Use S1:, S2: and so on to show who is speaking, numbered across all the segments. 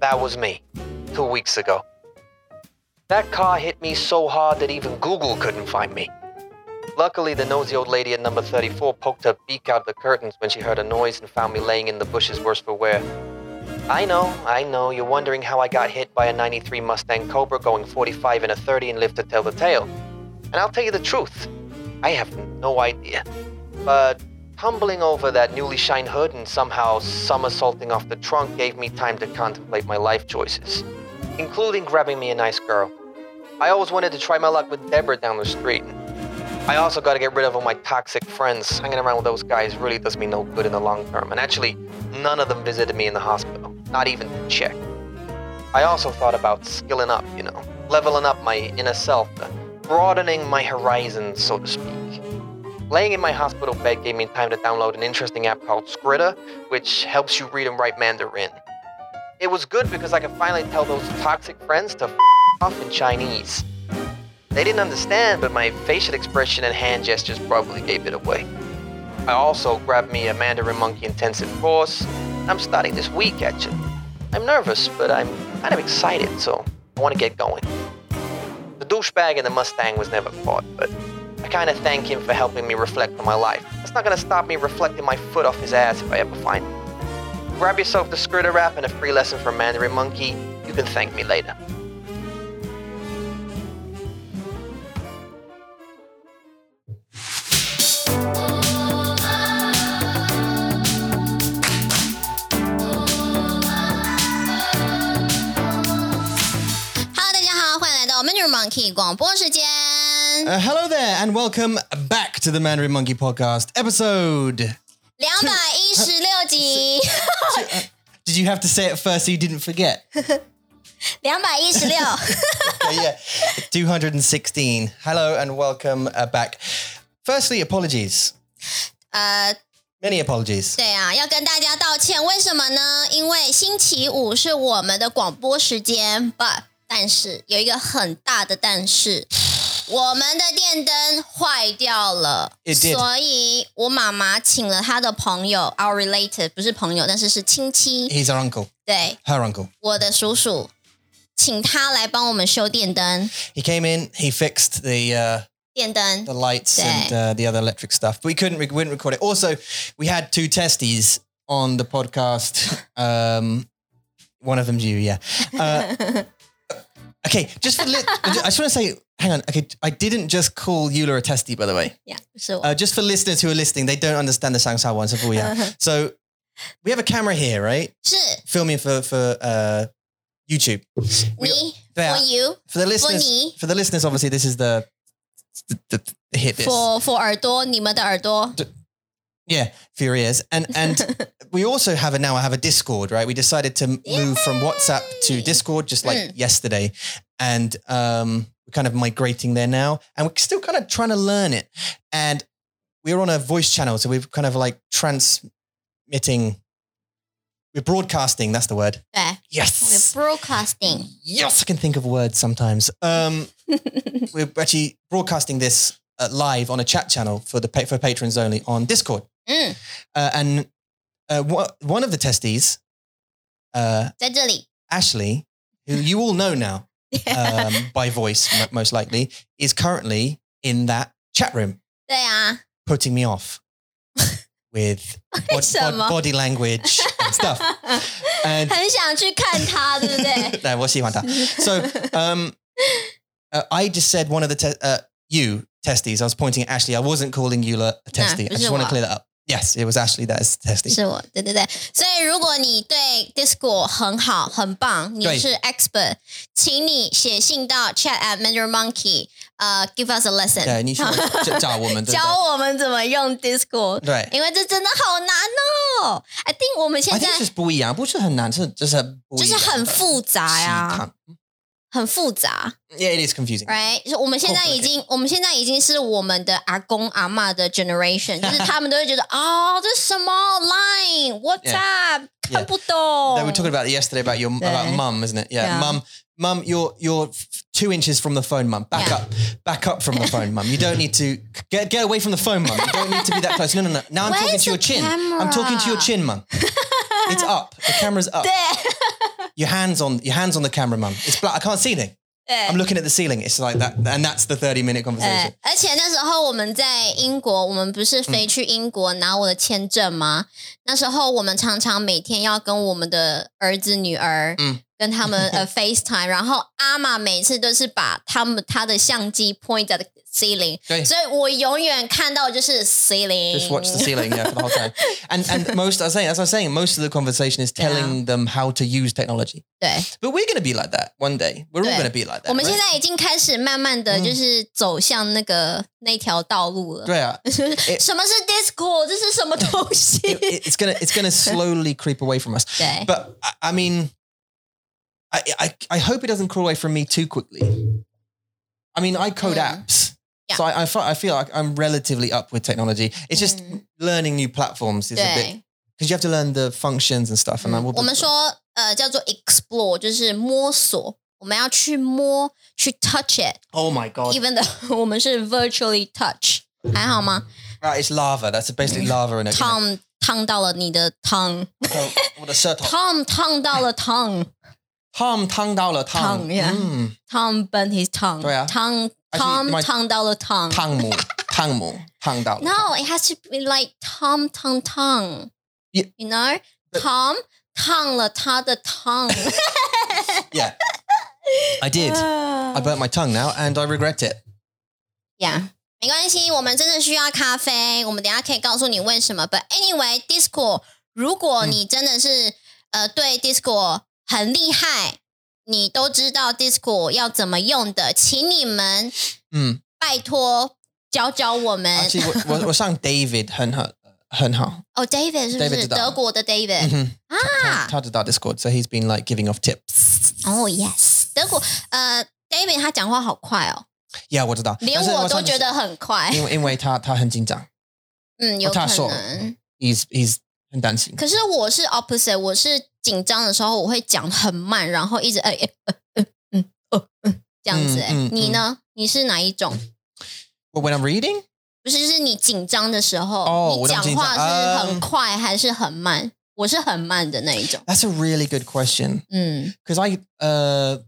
S1: That was me, two weeks ago. That car hit me so hard that even Google couldn't find me. Luckily, the nosy old lady at number 34 poked her beak out the curtains when she heard a noise and found me laying in the bushes worse for wear. I know, I know, you're wondering how I got hit by a 93 Mustang Cobra going 45 and a 30 and lived to tell the tale. And I'll tell you the truth, I have no idea. But tumbling over that newly shined hood and somehow somersaulting off the trunk gave me time to contemplate my life choices, including grabbing me a nice girl. I always wanted to try my luck with Deborah down the street. I also got to get rid of all my toxic friends. Hanging around with those guys really does me no good in the long term, and actually, none of them visited me in the hospital, not even to check. I also thought about skilling up, you know, leveling up my inner self, broadening my horizons, so to speak. Laying in my hospital bed gave me time to download an interesting app called Scritta, which helps you read and write Mandarin. It was good because I could finally tell those toxic friends to f- off in Chinese. They didn't understand, but my facial expression and hand gestures probably gave it away. I also grabbed me a Mandarin Monkey intensive course. I'm starting this week, actually. I'm nervous, but I'm kind of excited, so I want to get going. The douchebag in the Mustang was never caught, but I kind of thank him for helping me reflect on my life. It's not going to stop me reflecting my foot off his ass if I ever find him. Grab yourself the Skritter rap and a free lesson from Mandarin Monkey. You can thank me later.
S2: Hello，大家好，欢迎来到 Manager Monkey 广播时间。
S3: Uh, hello there, and welcome back to the Mandarin Monkey Podcast episode.
S2: 两百一十六 集，
S3: Did you have to say it first so you didn't forget?
S2: 两百一十六，
S3: Okay, yeah, 216. Hello and welcome uh, back. Firstly, apologies.
S2: 呃，
S3: Many apologies.
S2: 对啊，要跟大家道歉，为什么呢？因为星期五是我们的广播时间，but 但是有一个很大的但是，我们的电灯坏掉了
S3: It did.
S2: 所以我妈妈请了她的朋友，our related 不是朋友，但是是亲戚，
S3: He's our uncle,
S2: 对，
S3: her uncle.
S2: 我的叔叔，请他来帮我们修电灯，
S3: He came in, he fixed the uh,
S2: 电灯
S3: the lights
S2: Yeah.
S3: and uh, the other electric stuff. But we couldn't we wouldn't record it. Also, we had two testes on the podcast. Um, one of them's you, yeah. Uh, okay, just for li- I just want to say, hang on. Okay, I didn't just call Eula a testy, by the way.
S2: 呀，是我，
S3: Uh, just for listeners who are listening, they don't understand the Shangsha ones of all, yeah. So we have a camera here, right?
S2: 是
S3: Filming for for uh, YouTube.
S2: 你
S3: there.
S2: for you
S3: For the listeners,
S2: me.
S3: for the listeners, obviously this is the the, the, the hit this.
S2: for for 耳朵，你们的耳朵，
S3: Yeah, for your ears. And and we also have a now I have a Discord, right? We decided to move from WhatsApp to
S2: Yay!
S3: Discord just like
S2: Mm.
S3: yesterday. And um we're kind of migrating there now. And we're still kind of trying to learn it. And we're on a voice channel, so we're kind of like transmitting we're broadcasting, that's the word.
S2: 对，
S3: Yes.
S2: We're broadcasting，
S3: Yes, I can think of words sometimes. Um, we're actually broadcasting this uh, live on a chat channel for the pa- for patrons only on Discord.
S2: Mm.
S3: Uh, and uh, wha- one of the testees, uh,
S2: 在这里，
S3: Ashley, who you all know now um, by voice mo- most likely, is currently in that chat room
S2: 对啊，
S3: putting me off with bod- bod-
S2: Sama.
S3: body language and stuff. And
S2: 很想去看他，对 不对？
S3: no, we'll see one time. So um, uh, I just said one of the te- uh, you testes. I was pointing at Ashley. I wasn't calling Eula a testy. I
S2: was it
S3: just want to
S2: what?
S3: clear that up. Yes, it was Ashley that is testy.
S2: 是我，对对对。所以如果你对 Discord 很好、很棒，你
S3: 对
S2: 是 expert，请你写信到 chat at manager monkey，呃、g i v e us a lesson，
S3: 对， 你去找找我们，对不
S2: 教我们怎么用 Discord，
S3: 对？对。
S2: 因为这真的好难哦。I think 我们现
S3: I
S2: 在
S3: think it's just 不一样，不是很难，是就是不
S2: 就是很复杂呀，很复杂
S3: Yeah, it is confusing.
S2: ，right？就是我们现在已经，我们现在已经是我们的阿公阿嬷 的 generation，就是他们都会觉得哦，这是什么 Line，What's
S3: Yeah.
S2: up，看
S3: Yeah.
S2: 不
S3: They
S2: 懂
S3: were。talking about it yesterday about your about mum, isn't it? Yeah,
S2: Oh. Yeah.
S3: mum, mum, you're you're two inches from the phone, mum. Back
S2: Yeah.
S3: up, back up from the phone, mum. You don't need to get get away from the phone, mum. You don't need to be that close. No, no, no. Now I'm
S2: Where's
S3: talking to your
S2: the
S3: chin. I'm talking to your
S2: camera?
S3: chin, mum. It's up. The camera's up.
S2: 对，
S3: Your hands on your hands on the camera, mum. It's black. I can't see anything.
S2: 对
S3: I'm looking at the ceiling. It's like that, and that's the 30 minute conversation.
S2: 呃，而且那时候我们在英国，我们不是飞去英国拿我的签证吗？那时候我们常常每天要跟我们的儿子、女儿，
S3: 嗯
S2: 跟 他们呃 FaceTime，然后阿玛每次都是把他们他的相机 point at the ceiling，
S3: 对
S2: 所以我永远看到就是 ceiling。
S3: Just watch the ceiling, yeah, for the whole time. And and most, I was saying, as I was saying, most of the conversation is telling them how to use technology.
S2: 对，
S3: But we're going to be like that one day. We're all
S2: Yeah.
S3: going to be like that.
S2: 我们现
S3: right?
S2: 在已经开始慢慢
S3: 嗯
S2: 的就是走向那个、那条道路 了。
S3: Yeah.
S2: 什么是 Discord？这是什么东西？
S3: 哎 It- it's gonna it's gonna slowly creep away from us.
S2: 对
S3: But I- I mean, I, I I hope it doesn't crawl away from me too quickly. I mean, I code
S2: Mm.
S3: apps,
S2: Yeah.
S3: so I I, fe- I feel like I'm relatively up with technology. It's just
S2: Mm.
S3: learning new platforms is a
S2: 对
S3: bit。because you have to learn the functions and stuff. And
S2: 嗯
S3: I will
S2: 我们说呃叫做 explore，就是摸索，我们要去摸，去 touch
S3: oh my god,
S2: it，even though 我们是 virtually touch，还好吗？
S3: right, it's lava. That's
S2: Mm.
S3: basically lava in a
S2: 烫烫到了你的 tongue，
S3: Oh, what a shirt.
S2: 烫烫到了
S3: Tom
S2: tongue，Tom
S3: tongue down a tongue.
S2: Tongue, yeah.
S3: Mm.
S2: burn his tongue，
S3: 对啊
S2: tongue
S3: Actually,
S2: Tom
S3: my-
S2: 烫到了 tongue。
S3: Tongue mu. Tongue mu. Tongue down.
S2: No, it has to be like Tom Tom tongue.
S3: Yeah.
S2: You know,
S3: But-
S2: Tom 烫了他的 tongue。
S3: Yeah. I did. I burnt my tongue now and I regret it.
S2: Yeah，没关系，我们真的需要咖啡，我们等一下可以告诉你为什么。But anyway，Discord，如
S3: 嗯
S2: 果你真的是、呃对 Discord 很厉害，你都知道 Discord 要怎么用的，请你们
S3: Mm.
S2: 拜托教教我们。
S3: Actually, what, what, what's on David? Hen, hen, how?
S2: 哦、d a v i d 是不
S3: David
S2: 是
S3: 知道嗯
S2: 德国的 David？啊
S3: Mm-hmm. Touted our Discord. So he's been like giving off tips.
S2: 哦、y e s 德国呃，David 他讲话好快哦，
S3: Yeah, what did that?
S2: 连我都觉得很快。嗯，有可
S3: 他瘦
S2: 能。
S3: He's, he's 很担心。
S2: 可是我是 opposite，我是紧张的时候我会讲很慢，然后一直哎哎呃呃嗯呃嗯这样子、哎，
S3: 嗯嗯
S2: 你呢？你是哪一种？
S3: Well, when I'm reading,
S2: 不是，就是你紧张的时候，
S3: 哦
S2: 你
S3: 我那么
S2: 讲
S3: 紧张嗯
S2: 话是很快还是很慢？我是很慢的那一种。
S3: that's a really good question.
S2: 嗯，
S3: Because I, uh,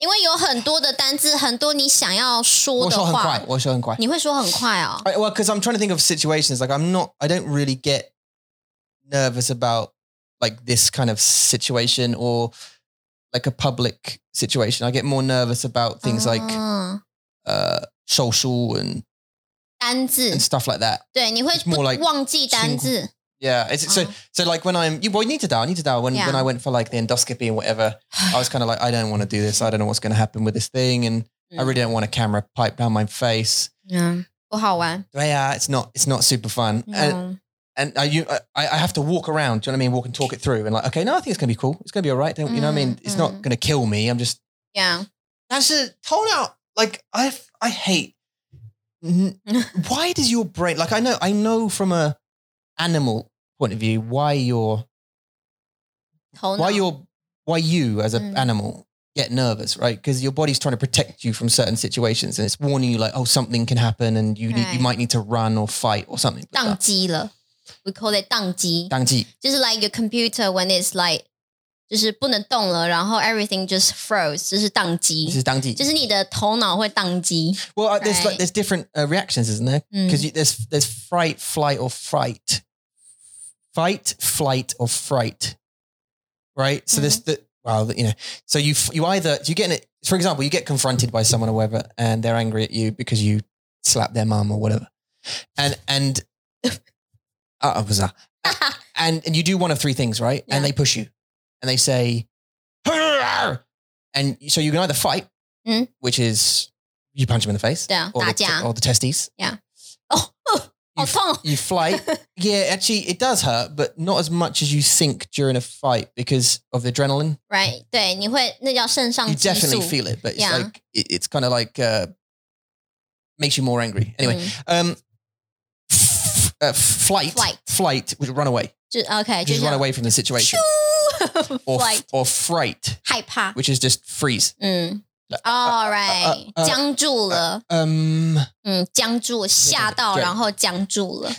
S2: 因为有很多的单字，很多你想要说的话，
S3: 我说很快，我说很快。
S2: 你会说很快哦。
S3: I, well, because I'm trying to think of situations like I'm not, I don't really get nervous about like this kind of situation or like a public situation. I get more nervous about things like
S2: 嗯
S3: uh, social and,
S2: 单字
S3: and，stuff like that.
S2: 对，你会
S3: It's
S2: 不
S3: more like
S2: 忘记单字，
S3: Yeah, it's, so
S2: Oh.
S3: so like when I'm you well, you need to die, I need to die. When when
S2: Yeah.
S3: I went for like the endoscopy and whatever, I was kind of like, I don't want to do this. I don't know what's going to happen with this thing, and I
S2: Mm.
S3: really don't want a camera pipe down my face.
S2: 嗯，不好玩。嗯
S3: Yeah, it's not it's not super fun. And,
S2: No.
S3: and I, you, I, I have to walk around. Do you know what I mean? Walk and talk it through, and like, okay, no, I think it's gonna be cool. It's gonna be all right. Don't, you know what I mean?
S2: Mm,
S3: It's
S2: mm.
S3: not gonna kill me. I'm just
S2: Yeah.
S3: that's a tone out. Like I, f- I hate. N- why does your brain? Like I know, I know from a animal point of view why your
S2: 头脑
S3: why your why you as an
S2: Oh, Mm.
S3: animal get nervous, right? Because your body's trying to protect you from certain situations, and it's warning you like, oh, something can happen, and you need,
S2: Right.
S3: you might need to run or fight or something.
S2: 宕机了，we call it 宕机，
S3: 当机。
S2: 就是 like your computer when it's like 就是不能动了，然后 everything just froze，就是宕机，
S3: 这是当机。
S2: 就是你的头脑会宕机。
S3: Well, uh there's
S2: Right.
S3: like there's different uh, reactions, isn't there?
S2: Mm.
S3: Because there's there's fright, flight, or fright, fight, flight, or fright, right? So
S2: Mm.
S3: there's the well, you know, so you f- you either you get in it. For example, you get confronted by someone or whatever, and they're angry at you because you slap their mum or whatever, and and uh, was that and and you do one of three things, right?
S2: Yeah.
S3: And they push you, and they say, "Hurrah!" and so you can either fight,
S2: Mm.
S3: which is you punch them in the face,
S2: 对啊，
S3: or
S2: 打
S3: Oh, the,
S2: 架
S3: or the testes.
S2: 好痛 哦，
S3: You fly. yeah, actually, it does hurt, but not as much as you think during a fight because of the adrenaline.
S2: ，right？对，你会那叫肾上
S3: You
S2: 激
S3: definitely
S2: 素。
S3: feel it, but it's
S2: Yeah.
S3: like it, it's kind of like uh, makes you more angry. Anyway,
S2: 嗯
S3: um, f- uh, flight,
S2: Mm. Flight.
S3: flight, would run away,
S2: 就 OK，就
S3: just
S2: 是
S3: run away from the situation,
S2: 咻
S3: or f-
S2: flight
S3: or fright,
S2: 害怕，
S3: which is just freeze.
S2: 嗯
S3: Like,
S2: ，all
S3: 呃
S2: right，
S3: 呃
S2: 僵住了，
S3: Um,
S2: 嗯，僵住，吓到，
S3: 对
S2: 然后僵住了，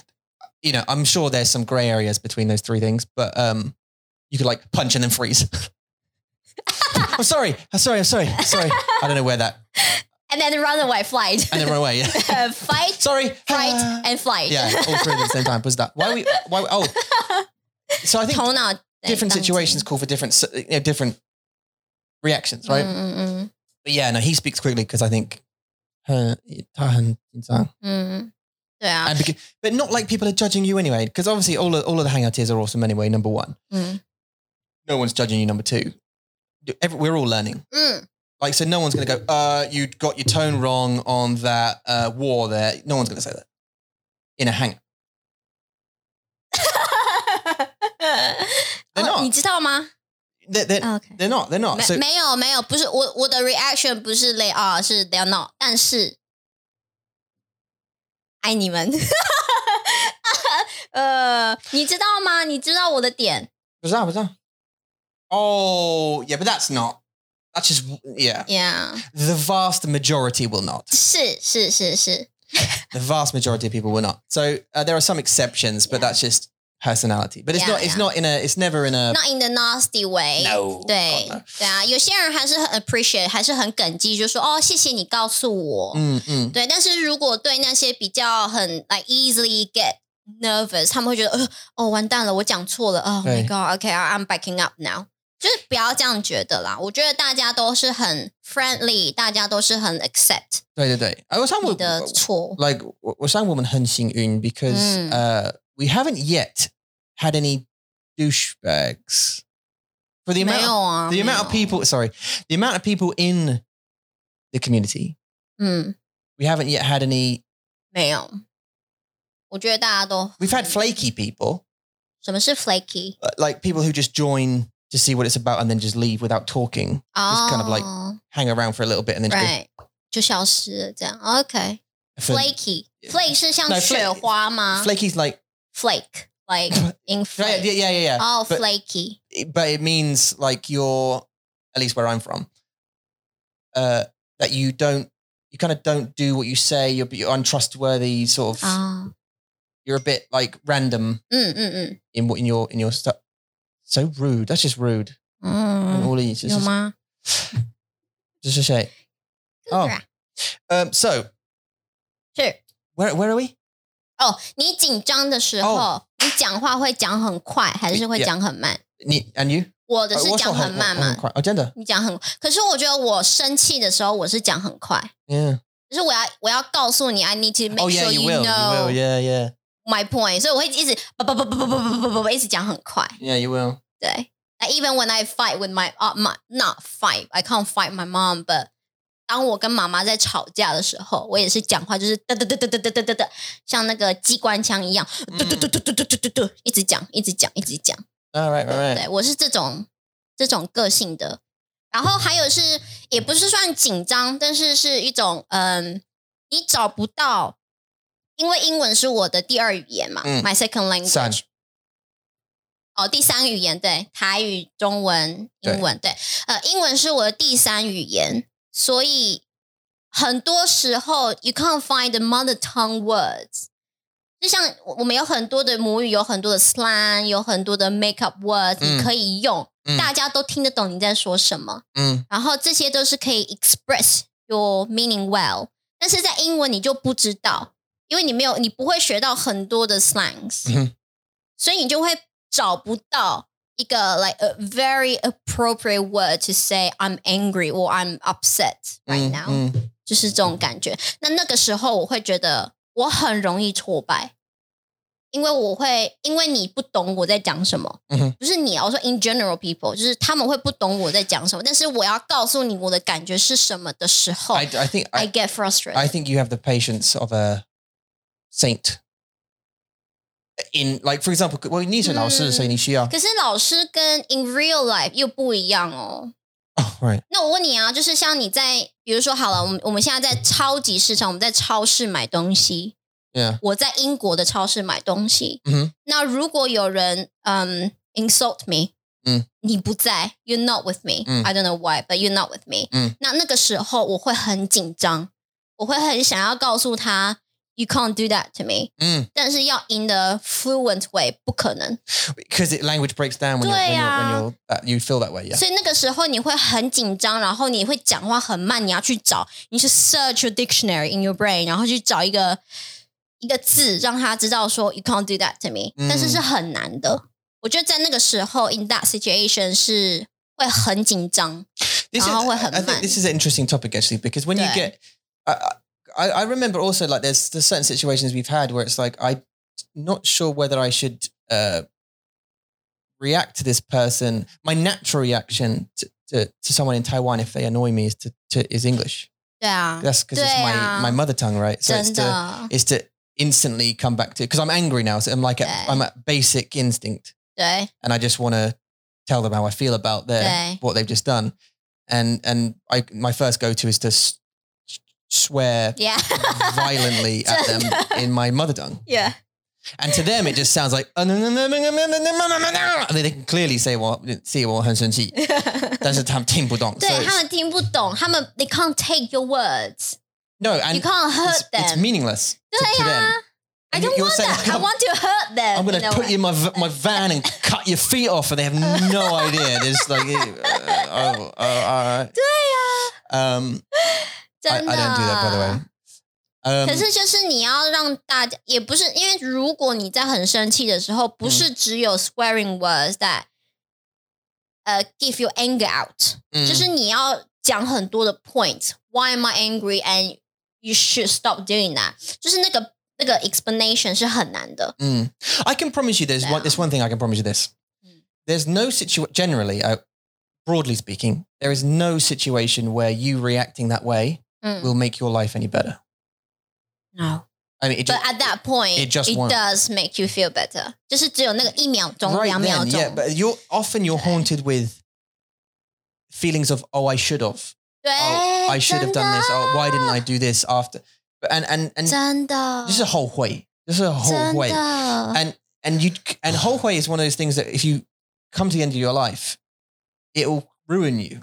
S3: you know, I'm sure there's some grey areas between those three things, but um, you could like punch and then freeze. I'm sorry. I'm sorry. I'm sorry. Sorry. I don't know where that.
S2: and then runaway flight,
S3: And then run away. Yeah.
S2: fight,
S3: Sorry. Ah.
S2: fright, and flight.
S3: yeah. All three at the same time. Was that why we? Why? Oh. So I think
S2: 头脑
S3: different situations call for different s- you know, different reactions, right?
S2: Mm. 嗯嗯
S3: But yeah, no, he speaks quickly because I think. Uh, 他很紧张.
S2: 嗯嗯，对啊，
S3: and because, but not like people are judging you anyway, because obviously all of, all of the hangout tiers are awesome anyway. Number one,
S2: 嗯
S3: no one's judging you. Number two, Every, we're all learning.
S2: 嗯
S3: Like, so no one's going to go, uh, you got your tone wrong on that uh, war there. No one's going to say that in a hangout. They're
S2: 哦
S3: not.
S2: 你知道吗哦
S3: They're, they're,
S2: ？OK，
S3: they're not. They're not.
S2: 没
S3: So,
S2: 没有没有，不是我我的 reaction 不是 they are 是 they're not，但是爱你们。 呃，你知道吗？你知道我的点
S3: bizarre, bizarre. Oh, yeah, but that's not. That's just, yeah.
S2: ，Yeah，
S3: The vast majority will not.
S2: 是是是是，
S3: The vast majority of people will not. So uh, there are some exceptions, but
S2: Yeah.
S3: that's just personality. But it's
S2: Yeah,
S3: not. It's
S2: yeah.
S3: not in a. It's never in a.
S2: not in the nasty way。
S3: 呃 No，
S2: 对
S3: God, no
S2: 对啊，有些人还是很 appreciate，还是很感激，就说哦，谢谢你告诉我。
S3: Mm, mm.
S2: 对，但是如果对那些比较很 like easily get nervous，他们会觉得呃哦完蛋了，我讲错了，Oh
S3: 对
S2: my god，OK，I'm、backing up now。就是不要这样觉得啦，我觉得大家都是很 friendly，大家都是很 accept
S3: Oh,
S2: 你
S3: 对对
S2: 的
S3: 对，我上我
S2: 错。
S3: like 我上我们很幸运 because
S2: Mm.
S3: uh we haven't yet had any douchebags for the
S2: 没
S3: amount
S2: 有
S3: of,
S2: 啊，
S3: the amount of
S2: 没有
S3: people sorry the amount of people in the community
S2: 嗯，
S3: we haven't yet had any
S2: 没有。我觉得大家都
S3: we've had flaky people
S2: 什么是 flaky？
S3: uh, like people who just join to see what it's about and then just leave without talking
S2: 哦
S3: kind of like- hang around for a little bit and then just
S2: right 就消失了这样。OK，flaky，flake、
S3: go, for-
S2: flake 是像
S3: No, flake-
S2: 雪花吗
S3: flaky's like
S2: flake like in
S3: yeah
S2: flake
S3: yeah yeah yeah
S2: oh
S3: but-
S2: flaky
S3: but it means like you're at least where I'm from, uh, that you don't you kind of don't do what you say. You're, you're untrustworthy, sort of.
S2: 啊，
S3: You're a bit like random
S2: 嗯嗯
S3: in what in your in your stuff. So rude. That's just rude.
S2: 嗯
S3: And
S2: 嗯，
S3: all these. It's
S2: 有
S3: just,
S2: 吗？
S3: just a shame. Oh. Um, so
S2: 是
S3: where where are we?
S2: 哦，你紧张的时候，你讲话会讲很快，还是会
S3: 哦 Yeah
S2: 讲很慢？
S3: Ne- And you?
S2: 我的
S3: Oh,
S2: 是
S3: what's
S2: 讲
S3: not
S2: 很
S3: hard?
S2: 慢
S3: What-
S2: 嘛
S3: what-，quite- Oh, gender.
S2: 你讲很，可是我觉得我生气的时候，我是讲很快，
S3: Yeah.
S2: 就是我要我要告诉你，I need to
S3: Oh
S2: make
S3: yeah,
S2: sure
S3: you will. You will.
S2: know
S3: Yeah, yeah,
S2: my point，所以我会一直叭叭叭叭叭叭叭叭叭叭一直讲很快。
S3: yeah. You will.
S2: 对。Like even when I fight with my uh my not fight, I can't fight my mom, but 当我跟妈妈在吵架的时候，我也是讲话就是嘚嘚嘚嘚嘚嘚嘚嘚嘚，像那个机关枪一样，嘚嘚嘚嘚嘚嘚嘚嘚，一直讲，一直讲，一直讲。
S3: All right, all right.
S2: 对我是这种这种个性的。然后还有是，也不是算紧张，但是是一种嗯，你找不到，因为英文是我的第二语言嘛、
S3: 嗯
S2: m y second language。
S3: 三
S2: 哦，第三语言对，台语、中文、英文对，呃，英文是我的第三语言，所以很多时候 you can't find the mother tongue words。就像我我们有很多的母语，有很多的 slang，有很多的 make up words，、
S3: 嗯
S2: 你可以用，
S3: 嗯
S2: 大家都听得懂你在说什么。
S3: Mm.
S2: 然后这些都是可以 express your meaning well，但是在英文你就不知道，因为你没有，你不会学到很多的 slangs，、
S3: 嗯哼
S2: 所以你就会找不到一个 like a very appropriate word to say I'm angry or I'm upset right
S3: Mm,
S2: now，、
S3: mm.
S2: 就是这种感觉。那那个时候我会觉得我很容易挫败。因为我会，因为你不懂我在讲什么，
S3: 嗯哼
S2: 不是你啊，我说 in general people，就是他们会不懂我在讲什么，但是我要告诉你我的感觉是什么的时候
S3: I, I think I,
S2: ，I get frustrated。
S3: I think you have the patience of a saint. In like, for example, well, 你是老师，所以你需要-
S2: 可是老师跟 in real life 又不一样哦。
S3: Oh, right.
S2: 那我问你啊，就是像你在，比如说好了，我们我们现在在超级市场，我们在超市买东西，
S3: Yeah.
S2: 我在英国的超市买东西，
S3: 嗯哼
S2: 那如果有人嗯、insult me，
S3: 嗯，
S2: 你不在，you're not with me，I、
S3: 嗯
S2: don't know why，but you're not with me，
S3: 嗯，
S2: 那那个时候我会很紧张，我会很想要告诉他 You can't do that to me。
S3: 嗯，
S2: 但是要 in the fluent way 不可能。
S3: because it language breaks down when you're, when you're, when
S2: Yeah.
S3: you're that, you feel that way. Yeah.
S2: 所以那个时候你会很紧张，然后你会讲话很慢，你要去找，你去 search a dictionary in your brain，然后去找一个一个字，让他知道说 you can't do that to me，、
S3: 嗯
S2: 但是是很难的。我觉得在那个时候 in that situation 是会很紧张，
S3: This is,
S2: 然后会很慢。
S3: I think this is an interesting topic actually because when you
S2: 对。
S3: get, I, I, I remember also like there's, there's certain situations we've had where it's like I'm not sure whether I should uh, react to this person. My natural reaction to, to, to someone in Taiwan if they annoy me is to, to is English.
S2: 对啊，
S3: That's because it's my,
S2: 对啊。
S3: my mother tongue, right? So it's
S2: 真
S3: to,
S2: 的，
S3: is to instantly come back to because I'm angry now. So I'm like at,
S2: Okay.
S3: I'm at basic instinct,
S2: 对
S3: and I just want to tell them how I feel about their
S2: Okay.
S3: what they've just done. And and I my first go to is to s- swear
S2: ，yeah
S3: violently at them in my mother tongue,
S2: yeah，
S3: and to them it just sounds like "Oh, and they can clearly say what see what 但是他们听不懂。So
S2: 对
S3: it's-
S2: 他们听不懂，他们 they can't take your words，you
S3: no, and
S2: can't
S3: it's,
S2: hurt
S3: it's
S2: them。
S3: meaningless to,
S2: 对
S3: to
S2: 呀、
S3: them.
S2: I
S3: And you-
S2: don't
S3: you're
S2: want
S3: saying,
S2: that. I want to hurt them.
S3: I'm gonna
S2: you know
S3: put
S2: what?
S3: you in my v- my van and cut your feet off, and they have no idea. They're just like, eh, uh, oh, oh, all right.
S2: 对
S3: Um,
S2: 呀、
S3: I, I don't
S2: 真
S3: do
S2: 的。
S3: that, by the way. Um,
S2: 可是就是你要让大家，也不是因为如果你在很生气的时候，不是
S3: 嗯
S2: 只有 swearing words that，呃、give your anger out，、
S3: 嗯
S2: 就是你要讲很多的 point。Why am I angry? And you should stop doing that。就是那个那个 explanation 是很难的。
S3: mm. I can promise you, there's one.
S2: Yeah.
S3: There's one thing I can promise you. This.
S2: Mm.
S3: There's no situation. Generally, uh, broadly speaking, there is no situation where you reacting that way
S2: 嗯
S3: will make your life any better.
S2: ，No。
S3: I mean, it
S2: But
S3: just,
S2: at that point,
S3: it just won't.
S2: does make you feel better。就是只有那个一秒钟、
S3: right
S2: 两秒
S3: then,
S2: 钟。
S3: yeah. But you're often you're
S2: Okay.
S3: haunted with feelings of oh, I should have.
S2: 对，
S3: oh, I should have
S2: 真的
S3: done this. Oh, why didn't I do this after? But and and and
S2: 真的，
S3: this is a whole way. This is a whole
S2: 真
S3: way.
S2: 的，
S3: And and you and whole way is one of those things that if you come to the end of your life, it will ruin you.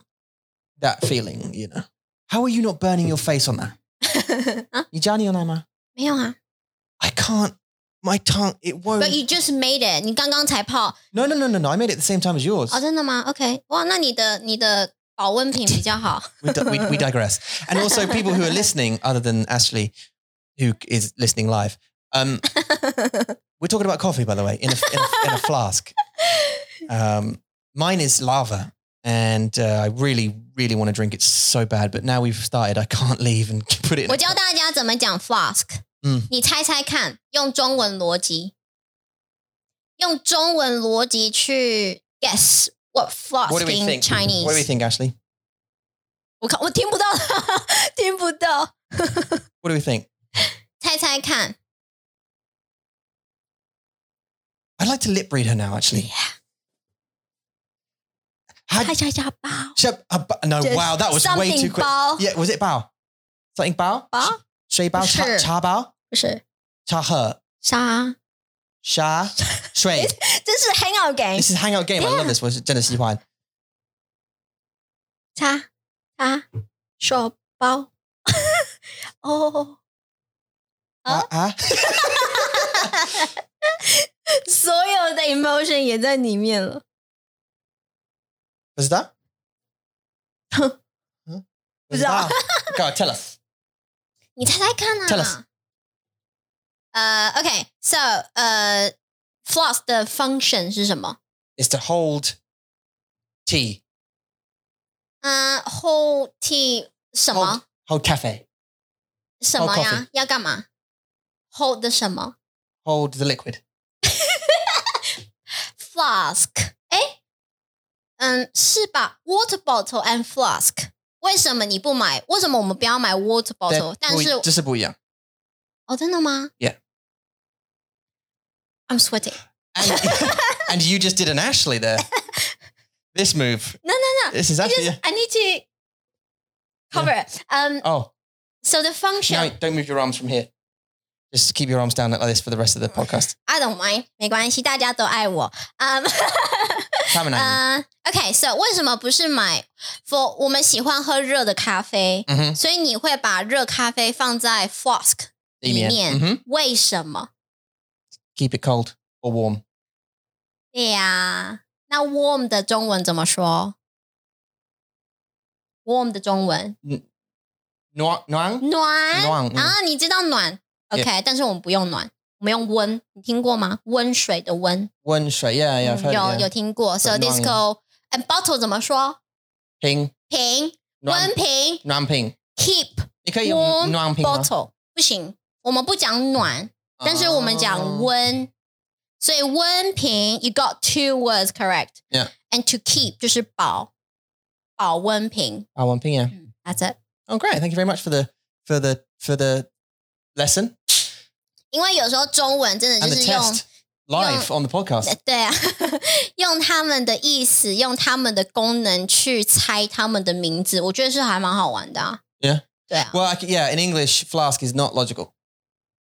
S3: That feeling, you know. How are you not burning your face on that?
S2: 啊，
S3: You Johnny on Emma?
S2: 没有啊
S3: I can't. My tongue. It won't.
S2: ，But you just made it，你刚刚才泡
S3: no, no, no, no, no. I made it at the same time as yours.
S2: 哦，真的吗？OK，哇，那你的你的保温瓶比较好，
S3: we, di- we, we digress. And also, people who are listening, other than Ashley, who is listening live, um, we're talking about coffee, by the way, in a, in a, in a flask. Um, mine is lava, and uh, I really, really want to drink it so bad. But now we've started, I can't leave and put it.
S2: 我
S3: in
S2: 教大家怎么讲 flask，
S3: 嗯
S2: 你猜猜看，用中文逻辑，用中文逻辑去 guess what flask
S3: What do we
S2: in
S3: think?
S2: Chinese，
S3: What do we think, Ashley?
S2: 我看我听不到， 听不到，
S3: What do we think?
S2: 猜猜看，
S3: I'd like to lip read her now, actually. Had,
S2: 猜猜下包，
S3: Shep- uh, bu- no,
S2: Just
S3: wow, that was way too
S2: something
S3: quick.
S2: 包
S3: Yeah, was it bao? Something bao?
S2: 包
S3: Shay bao? Cha,
S2: Sure.
S3: cha bao?
S2: 不是
S3: Cha her.
S2: 沙，
S3: Sha Shui.
S2: 这是 hangout game
S3: this。is hangout game. I love this. Was Dennis Yuan.
S2: 擦擦手包。哦，
S3: Ah, ah.
S2: 所有的 emotion 也在里面了。
S3: Was that? Huh?
S2: Huh. Was
S3: Was
S2: that-
S3: that? Go on, tell us.
S2: 你猜猜看啊
S3: Tell us.
S2: 呃，OK，so，呃，floss 的 function 是什么？
S3: Is to hold tea,
S2: 嗯，whole tea 什
S3: hold,
S2: 么
S3: hold cafe,
S2: 什么
S3: hold coffee
S2: 呀？要干嘛？hold 的什么
S3: hold the liquid.
S2: flask？哎，嗯，是吧？water bottle and flask。为什么你不买？为什么我们不要买 water bottle？但是
S3: disable
S2: 哦，真的吗
S3: Yeah.
S2: I'm sweating.
S3: and, and you just did an Ashley there. This move.
S2: No, no, no.
S3: This is
S2: I
S3: actually.
S2: just I need to cover it. Um.
S3: Oh,
S2: So the function,
S3: no, don't move your arms from here. Just keep your arms down like this for the rest of the podcast.
S2: I don't mind，没关系，大家都爱我。 嗯、
S3: Come on, Annie.
S2: 呃 OK，so 为什么不是买 for 我们喜欢喝热的咖啡，
S3: Mhm.
S2: 所以你会把热咖啡放在 flask 里面，
S3: Mhm.
S2: 为什么？
S3: Keep it cold or warm.
S2: 对呀、那 warm 的中文怎么说？warm 的中文
S3: Nuang? Nuang?
S2: 暖
S3: 暖嗯
S2: 啊，你知道暖，OK，、但是我们不用暖，我们用温，你听过吗？温水的温，
S3: 温水. Yeah, yeah.
S2: 嗯
S3: I've heard
S2: 有
S3: it,
S2: 有
S3: yeah.
S2: 听过。So
S3: 暖
S2: disco and bottle 怎么说？
S3: Ping.
S2: 瓶，
S3: Nuang.
S2: 温瓶
S3: Nuang ping.
S2: ，keep
S3: 你可以用
S2: warm
S3: nuang ping 吗？
S2: bottle，不行，我们不讲暖，但是我们讲
S3: 哦。
S2: 温，所以温瓶，you got two words correct。
S3: Yeah.
S2: And to keep 就是保保温瓶。
S3: Ah, one ping, yeah.
S2: 嗯，That's it。
S3: Oh, great. Thank you very much for the for the for the lesson
S2: 因为有时候中文真的
S3: and
S2: 就
S3: the
S2: 是用
S3: test live on the podcast.
S2: 对啊， 用他们的意思，用他们的功能去猜他们的名字，我觉得是还蛮好玩的啊。
S3: Yeah.
S2: 对啊，
S3: Well, I c yeah, in English, flask is not logical.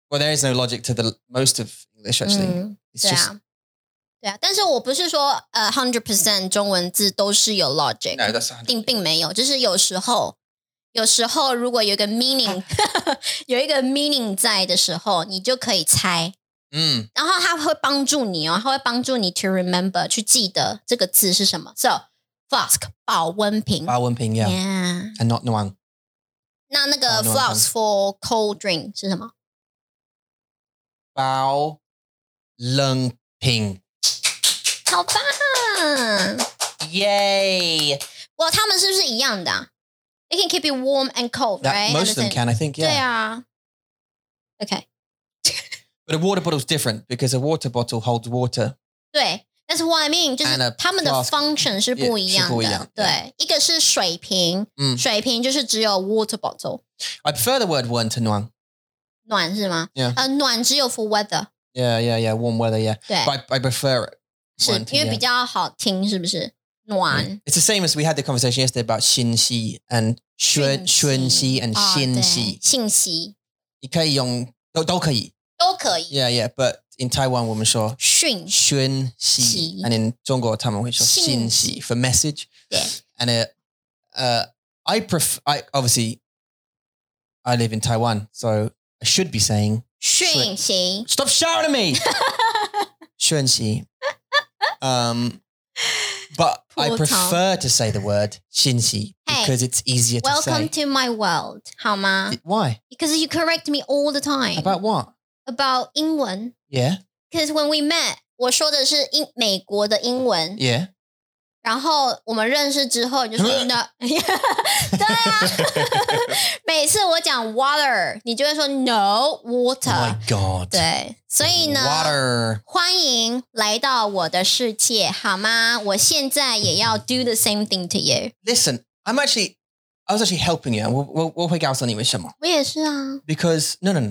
S3: Well, there is no logic to the l- most of English actually.
S2: 嗯，
S3: It's
S2: 对
S3: just
S2: 啊，对啊，但是我不是说呃 hundred percent 中文字都是有 logic，
S3: no, that's 100.
S2: 并并没有，就是有时候，有时候如果有一
S3: 啊
S2: 个 meaning，有一个 meaning 在的时候，你就可以猜，
S3: Mm.
S2: 然后它会帮助你哦，它会帮助你 to remember 去记得这个字是什么。So flask 保温瓶
S3: Bao Wen Ping, yeah.
S2: ，yeah。
S3: and not Nuang.
S2: 那那
S3: 保
S2: 个
S3: 温瓶
S2: flask for cold drink 是什么？
S3: Bao Leng Ping.
S2: 好棒！
S3: Yay!
S2: 哇，他们是不是一样的、啊、？It can keep you warm and cold,
S3: That,
S2: right?
S3: most of them
S2: Understand?
S3: can, I think.
S2: 对
S3: Yeah.
S2: 啊。OK，
S3: But a water bottle's different because a water bottle holds water.
S2: 对，That's what I mean，就
S3: And a
S2: 是他们的
S3: flask
S2: function 是不一样
S3: 是不
S2: 的。
S3: 一样
S2: 对，一个是水瓶，
S3: 嗯
S2: 水瓶就是只有 water bottle，
S3: I prefer the word Wen to Nuang.
S2: 暖是吗
S3: Yeah
S2: 呃，暖只有 for weather，
S3: Yeah, yeah, yeah. Warm weather, yeah.
S2: 对，
S3: But I, I prefer it.
S2: 是
S3: warm to
S2: 因为
S3: yeah.
S2: 比较好听，是不是？暖
S3: It's the same as we had the conversation yesterday about Xinxi and Xuan
S2: 讯息
S3: Xuanxi and
S2: 啊对
S3: Xinxi.
S2: 信息
S3: 你可以用都都可以。
S2: 都可以。
S3: Yeah, yeah. But in Taiwan, 我们说
S2: 讯息
S3: xuanxi,
S2: 息。
S3: and in 中国他们会说
S2: 信
S3: 信
S2: 息。
S3: 息 for message.
S2: 对
S3: And uh, uh, I prefer. I obviously I live in Taiwan, so I should be saying
S2: 讯息
S3: stop shouting at me. xuanxi. Um, but I
S2: Poor
S3: prefer to say the word xinxi
S2: Hey,
S3: because it's easier to
S2: Welcome
S3: say.
S2: to my world，好吗
S3: It- Why?
S2: ？Because you correct me all the time
S3: About what?
S2: about 英文。
S3: Yeah,
S2: Because when we met，我说的是英美国的英文
S3: yeah.
S2: 然后我们认识之后你 就说 no，对啊， 每次我讲 water，你就会说 no
S3: Oh
S2: water，
S3: my god.
S2: 对，所以呢
S3: Water.
S2: 欢迎来到我的世界，好吗？我现在也要 do the same thing to you，
S3: Listen, I'm actually. I was actually helping you. 我我我会告诉你为什么。
S2: 我也是啊，
S3: because no, no, no,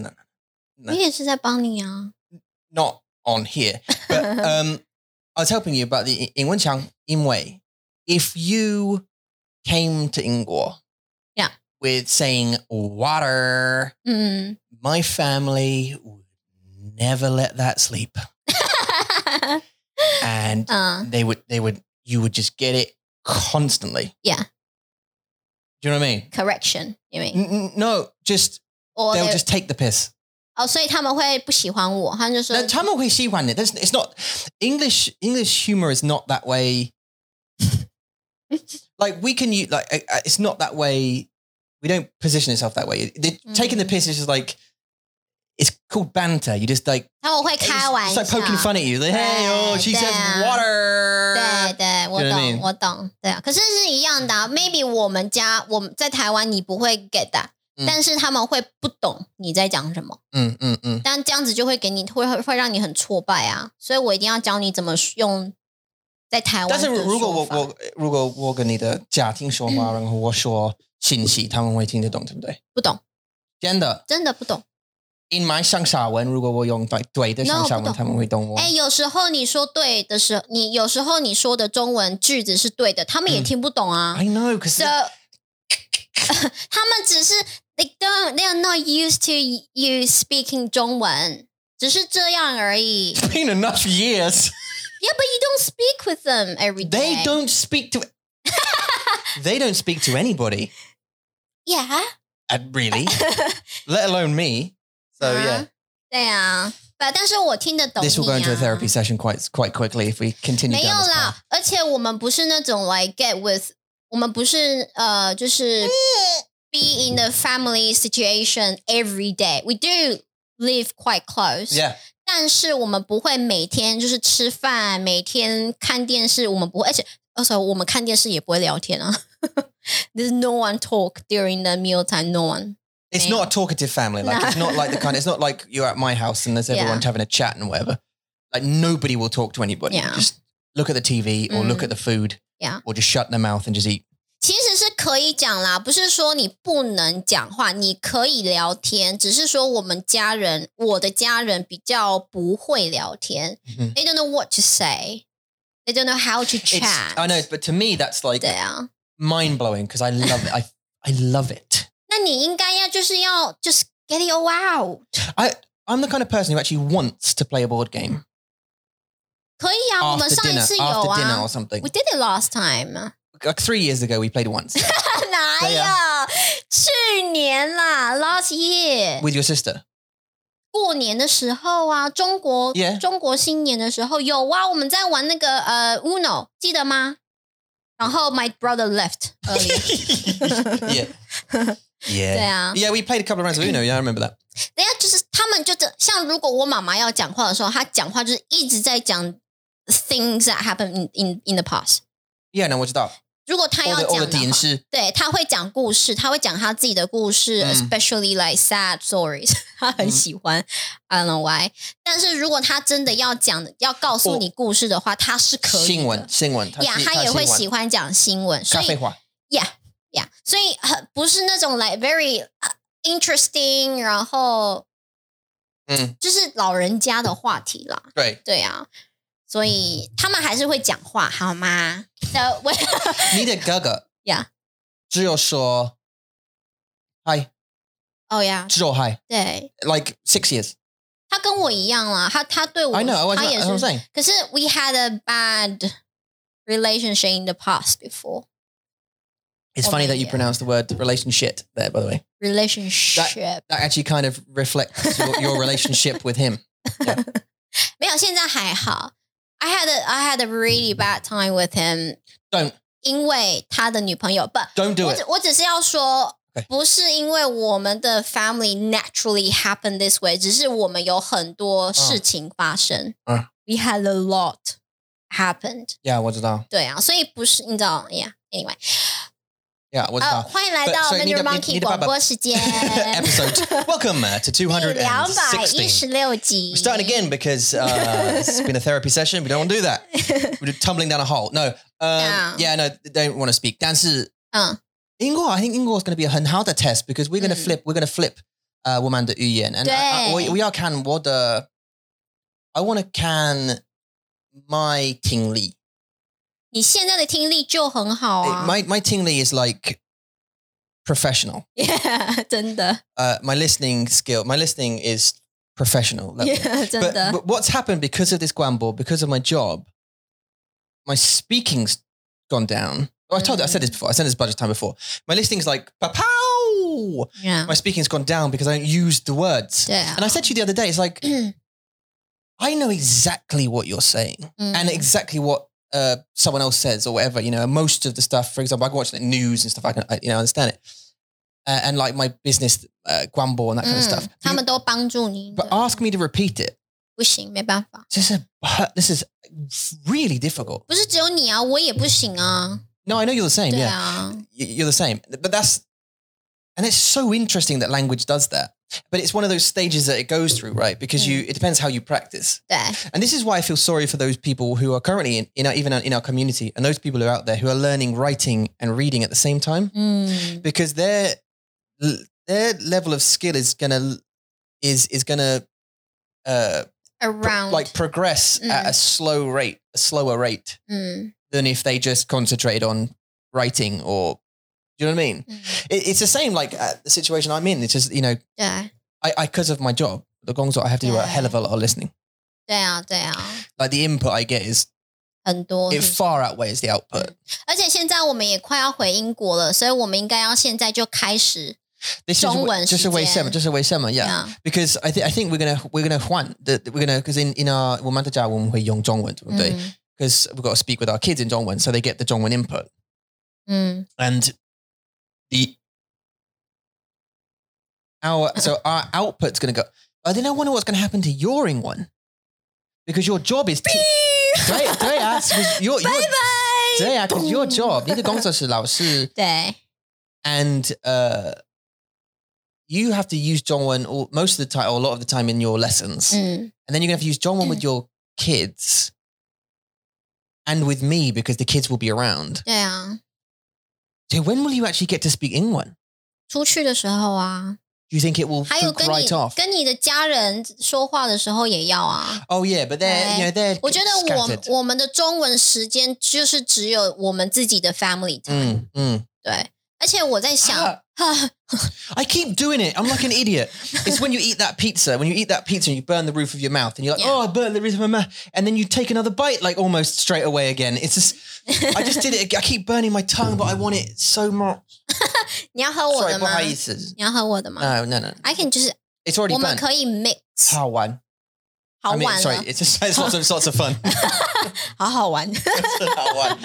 S3: no,
S2: 我也是在帮你啊，
S3: not on here. But um, I was helping you about the in Wenchang in Wei. If you came to Ingguo,
S2: Yeah.
S3: with saying water,
S2: 嗯，
S3: my family would never let that sleep, and
S2: 嗯，
S3: they would, they would, you would just get it constantly.
S2: Yeah.
S3: Do you know what I mean?
S2: correction，因为
S3: N- n- no, just
S2: or
S3: they'll
S2: they-
S3: just take the piss.
S2: 哦，所以他们会不喜欢我，他们就说
S3: No, 他们会喜欢的。That's- It's not English. English humor is not that way. like we can use like uh, uh, it's not that way. We don't position itself that way. The, Taking the piss is just like it's called banter. You just like
S2: 他们会
S3: it's,
S2: 开玩
S3: it's
S2: 笑
S3: like。poking fun at you. Like, hey, oh, she says
S2: Yeah.
S3: water.
S2: 对对，我
S3: You know what I
S2: 懂
S3: mean？
S2: 我懂，对啊。可是是一样的啊、m a y b e 我们家我们在台湾你不会 get 的、
S3: 嗯
S2: 但是他们会不懂你在讲什么，
S3: Mm, mm, mm.
S2: 但这样子就会给你会会会让你很挫败啊。所以我一定要教你怎么用在台湾
S3: 但
S2: 的
S3: 是
S2: 说法。
S3: 如如果我我如果我跟你的家庭说话，然后我说信息，他们会听得懂，对不对？
S2: 不懂，
S3: 真的，
S2: 真的不懂。
S3: in my 上下文，如果我用对对的
S2: No，
S3: 上下文，
S2: 不懂
S3: 他们会懂我。
S2: 哎、有时候你说对的时候，你有时候你说的中文句子是对的，他们也
S3: 嗯
S2: 听不懂啊。
S3: I know，可是
S2: So，他 们只是 they don't they are not used to you speaking 中文，只是这样而已。
S3: it's been enough years.
S2: Yeah, but you don't speak with them every day.
S3: They don't speak to. they don't speak to anybody,
S2: Yeah.
S3: uh, really, let alone me. So yeah,
S2: 对啊，但但是我听得懂你、啊。
S3: this will go into a therapy session quite quite quickly if we continue.
S2: 没有
S3: down this path.
S2: 啦，而且我们不是那种 like get with，我们不是呃，就是 be in the family situation every day. We do live quite close.
S3: Yeah,
S2: 但是我们不会每天就是吃饭，每天看电视，我们不会，而且而且我们看电视也不会聊天啊。There's no one talk during the meal time. No one.
S3: it's not a talkative family. Like it's not like the kind. It's not like you're at my house and there's everyone
S2: Yeah.
S3: having a chat and whatever. Like nobody will talk to anybody.
S2: Yeah.
S3: Just look at the TV or look
S2: Mm.
S3: at the food.
S2: Yeah.
S3: Or just shut their mouth and just eat.
S2: 其实是可以讲啦，不是说你不能讲话，你可以聊天，只是说我们家人，我的家人比较不会聊天。
S3: Mhm.
S2: They don't know what to say. They don't know how to
S3: It's, I
S2: chat.
S3: know, but to me that's like
S2: 对啊，
S3: mind blowing because I love it. I I love it.
S2: 那你应该要就是要 just get it all out。
S3: I'm the kind of person who actually wants to play a board game
S2: 可以啊，我们
S3: after
S2: 上一
S3: dinner,
S2: 次有
S3: after dinner
S2: 啊
S3: or something.
S2: ，We did it last time。
S3: Like three years ago, we played once
S2: 哪
S3: 对
S2: 有？去年啦，last year。
S3: with your sister.
S2: 过年的时候啊，中国
S3: Yeah.
S2: 中国新年的时候有啊，我们在玩那个呃 Uno，记得吗？然后 my brother left early，
S3: yeah,
S2: 对
S3: yeah,
S2: 啊，
S3: yeah. We played a couple of rounds of Uno. Yeah, I remember that.
S2: 人家就是他们就这像如果我妈妈要讲话的时候，她讲话就是一直在讲 things that happen in in in the past。
S3: Yeah, no, what's that?
S2: 如果她
S3: All
S2: 要
S3: the
S2: 讲
S3: all the
S2: 的话，
S3: DNC.
S2: 对，她会讲故事，她会讲她自己的故事、
S3: 嗯
S2: e s p e c i a l l y like sad stories，她 很
S3: 嗯
S2: 喜欢、I don't know why。但是如果她真的要讲要告诉
S3: 哦
S2: 你故事的话，她是可以的
S3: 新闻，新闻，它
S2: 呀，
S3: 是
S2: 他也会喜
S3: 欢
S2: 欢讲新闻，所
S3: 咖啡
S2: 以
S3: 话。
S2: 呀呀，所以很不是那种 like very 呃 interesting，然后
S3: 嗯，
S2: 就是老人家的话题啦，
S3: 对，
S2: 对啊，所以他们还是会讲话，好吗？那 我
S3: 你的哥哥
S2: Yeah
S3: 只有说嗨，
S2: 哦呀，
S3: 只有嗨
S2: 对
S3: ，like six years.
S2: 他跟我一样啦，他他对我
S3: I know. I
S2: 他
S3: was.
S2: 也
S3: I was
S2: 是，
S3: saying.
S2: 可是 we had a bad relationship in the past before
S3: It's
S2: Oh
S3: funny
S2: my
S3: that you
S2: God.
S3: pronounce the word relationship there, by the way.
S2: relationship，
S3: That actually kind of reflects your, your relationship with him.
S2: 没有，现在还好。I had a, I had a really bad time with him
S3: Don't
S2: 因为他的女朋友不
S3: don't do
S2: 我
S3: it.
S2: 只我只是要说
S3: Okay.，
S2: 不是因为我们的 family naturally happen this way，只是我们有很多事情发生。
S3: 嗯
S2: We had a lot happened。
S3: Yeah, 我知道。
S2: 对啊，所以不是你知道呀、y a Anyway，
S3: Yeah, 我知道。
S2: 呃，欢迎来到
S3: 所以你
S2: Major
S3: 的你
S2: Monkey
S3: 你的爸
S2: 广
S3: 爸
S2: 播时 间
S3: Episode. Welcome uh, to
S2: 两百
S3: 216.
S2: 一十六集。
S3: We're starting again because uh, it's been a therapy session. We don't want to do that. We're just tumbling down a hole. No. Um,
S2: Yeah.
S3: Yeah, no, they don't want to speak. 但是
S2: 嗯
S3: Ingor, I think Ingor is going to be a 很好的 test because we're going to
S2: Mm.
S3: flip. We're going to flip uh, 我们的语言 and
S2: 对。
S3: uh, uh, 我-我要看我的- I want to can my tingly.
S2: 你现在的听力就很好啊
S3: My my tingly is like professional.
S2: Yeah，真的
S3: Uh, my listening skill, my listening is professional. level.
S2: Yeah，真
S3: but,
S2: 的
S3: but what's happened because of this Guambo, because of my job, my speaking's gone down. Oh, I told you, I said this before. I said this budget time before. My listening's like, pow!
S2: Yeah
S3: My speaking's gone down because I don't use the words.
S2: 对啊
S3: And I said to you the other day, it's like, I know exactly what you're saying
S2: 嗯
S3: and exactly what uh, someone else says or whatever. You know, most of the stuff, for example, I can watch the news and stuff. I can, I, you know, understand it. Uh, and like my business, uh, Guambo and that kind of
S2: 嗯
S3: stuff.
S2: 他们都帮助你
S3: but
S2: 的，
S3: ask me to repeat it.
S2: 不行，没办法，
S3: this is this is really difficult.
S2: 不是只有你啊，我也不行啊，
S3: No, I know you're the same.
S2: 对
S3: Yeah,
S2: 啊，
S3: Y- you're the same. But that's and it's so interesting that language does that. But it's one of those stages that it goes through, right? Because you it depends how you practice.
S2: 对，
S3: And this is why I feel sorry for those people who are currently in, in our, even in our community and those people who are out there who are learning writing and reading at the same time
S2: 嗯，
S3: because their their level of skill is gonna is is gonna uh pro-
S2: around，
S3: like progress at
S2: Mm.
S3: a slow rate, a slower rate
S2: 嗯
S3: than if they just concentrated on writing or do you know what I mean?
S2: 嗯，
S3: It, it's the same like uh, the situation I'm in. It's just you know
S2: 对，
S3: I because of my job, the gongs I have to do a
S2: Yeah.
S3: hell of a lot of listening.
S2: 对啊，对啊，
S3: Like the input I get is
S2: 很多嗯
S3: it far outweighs the output.
S2: 而且现在我们也快要回英国了，所以我们应该要现在就开始
S3: This is wh- just a way
S2: 中文时间。
S3: seven, just a way seven, yeah.
S2: Yeah.
S3: Because I think I think we're gonna we're gonna Juan the, we're gonna because in in our 我们在家我们会用中文对不对？
S2: 嗯
S3: Because we've got to speak with our kids in Zhongwen, so they get the Zhongwen input
S2: 嗯
S3: and the our so our output's gonna go. I then I wonder what's gonna happen to your in one because your job is. T- 对对啊，because your
S2: 拜
S3: your
S2: 拜。
S3: 对啊，because your job 你的工作是老师
S2: 对
S3: and uh you have to use Zhongwen all, most of the time or a lot of the time in your lessons
S2: 嗯
S3: and then you're gonna have to use Zhongwen with your kids and with me because the kids will be around.
S2: 对啊，
S3: So when will you actually get to speak Ingwen?
S2: 出去的时候啊，
S3: Do you think it will
S2: 还有
S3: book
S2: 跟
S3: right
S2: 你
S3: off?
S2: 跟你的家人说话的时候也要啊。
S3: Oh yeah, but they're you know they're
S2: 我觉得我
S3: scattered.
S2: 我们的中文时间就是只有我们自己的 family time，、
S3: Mm, mm.
S2: 对。而且我在想，
S3: 啊
S2: 哈
S3: I keep doing it. I'm like an idiot. It's when you eat that pizza. When you eat that pizza and you burn the roof of your mouth, and you're like,
S2: Yeah.
S3: "Oh, I burned the roof of my mouth," and then you take another bite, like almost straight away again. It's just, I just did it. I keep burning my tongue, but I want it so much.
S2: 你要喝我
S3: Sorry, 嗯
S2: 的吗？
S3: 不
S2: 你
S3: 好意思。
S2: 要喝我的吗、
S3: No, no, no.
S2: i can 就是
S3: It's already
S2: 我们
S3: burnt.
S2: 可以 mix，
S3: How one?
S2: 好
S3: I mean,
S2: 玩了，
S3: sorry. It's just it's lots of lots of fun.
S2: 好好玩。
S3: How one?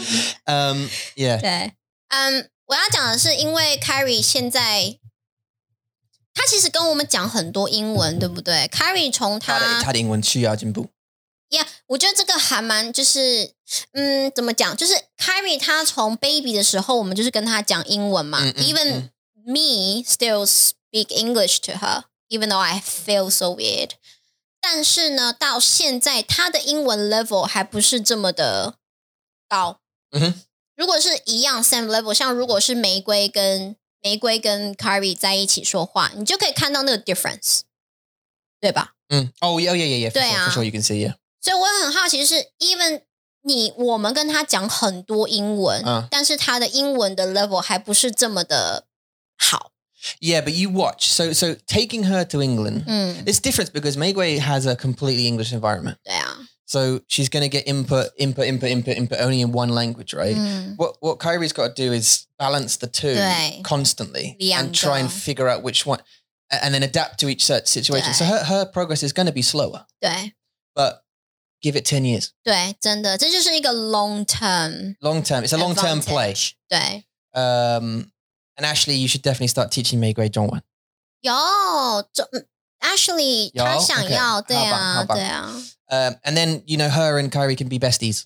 S3: Um, yeah.
S2: 对，嗯，我要讲的是，因为 Carrie 现在他其实跟我们讲很多英文，对不对？Carrie 从他
S3: 他的他的英文需要进步。
S2: 呀我觉得这个还蛮就是，嗯，怎么讲？就是 Carrie 她从 baby 的时候，我们就是跟她讲英文嘛。
S3: 嗯嗯
S2: Even、
S3: 嗯
S2: me still speak English to her, even though I feel so weird. 但是呢，到现在她的英文 level 还不是这么的高。
S3: 嗯哼，
S2: 如果是一样 same level，像如果是玫瑰跟玫瑰跟 Carrie 在一起说话，你就可以看到那个 difference，对吧？
S3: Mm. Oh yeah, yeah, yeah, yeah. For, sure,
S2: 对啊。
S3: for sure, you can see. Yeah.
S2: 所以我很好奇是，even 你我们跟他讲很多英文，
S3: 嗯
S2: 但是他的英文的 level 还不是这么的好，
S3: Yeah, but you watch. So so taking her to England,
S2: 嗯，
S3: it's different because Megway has a completely English environment.
S2: 对啊，
S3: So she's gonna get input, input, input, input, input only in one language, right?
S2: 嗯，
S3: What what Kyrie's got to do is balance the two
S2: Right.
S3: constantly and
S2: Leander.
S3: try and figure out which one, a- and then adapt to each such situation. So her her progress is going to be slower,
S2: 对
S3: but give it ten years,
S2: 对，真的，这就是一个 long term，
S3: long term. It's a long term play.
S2: Advantage. 对，
S3: Um, and Ashley, you should definitely start teaching Megway Zhongwen.
S2: 有这嗯 Ashley
S3: 有
S2: 他想
S3: OK，
S2: 要，对
S3: 好
S2: 啊，
S3: 棒好棒
S2: 对啊，
S3: Um, and then you know her and Kyrie can be besties.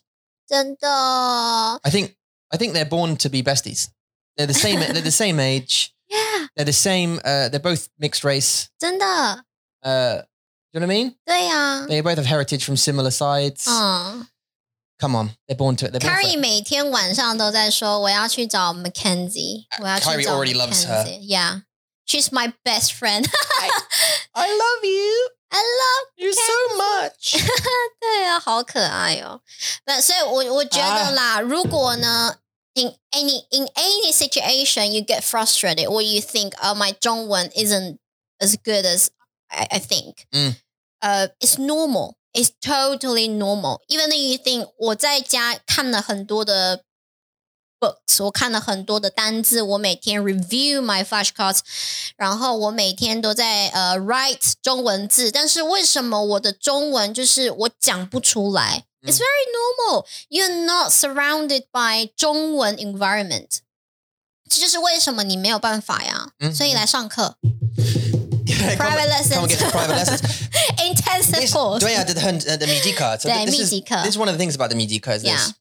S2: 真的
S3: I think I think they're born to be besties. They're the same. they're the same age.
S2: ，Yeah，
S3: They're the same. Uh, they're both mixed race.
S2: 真的，
S3: Uh, do you know what I mean?
S2: 对呀、
S3: They both have heritage from similar sides.
S2: 嗯。
S3: Come on, they're born to it. They're born for
S2: Carrie
S3: it.
S2: 每天晚上都在说我要去找 Mackenzie，我要去找
S3: Uh, Carrie already loves her.
S2: Mackenzie. Yeah, she's my best friend.
S3: I love you.
S2: I love.
S3: You so much.
S2: 对啊，好可爱哦。那所以我，我觉得啦，如果呢，in any in any situation you get frustrated or you think, oh my 中文 isn't as good as I, I think，
S3: 嗯
S2: 呃、it's normal. It's totally normal. Even though you think 我在家看了很多的 books，我看了很多的单字，我每天 review my flashcards，然后我每天都在呃 write 中文字，但是为什么我的中文就是我讲不出来、
S3: 嗯
S2: i t s very normal. You're not surrounded by 中文 environment. 这就是为什么你没有办法呀，
S3: 嗯
S2: 所以来上课
S3: Yeah, come
S2: private
S3: on- Come and get some
S2: lessons,
S3: private lessons.
S2: intensive
S3: This,
S2: course.
S3: 对啊, the, uh, the, the Meiji card. So
S2: 对
S3: this,
S2: 密
S3: is,
S2: 集课
S3: this is one of the things about the Meiji card is
S2: Uh. Yeah.
S3: this.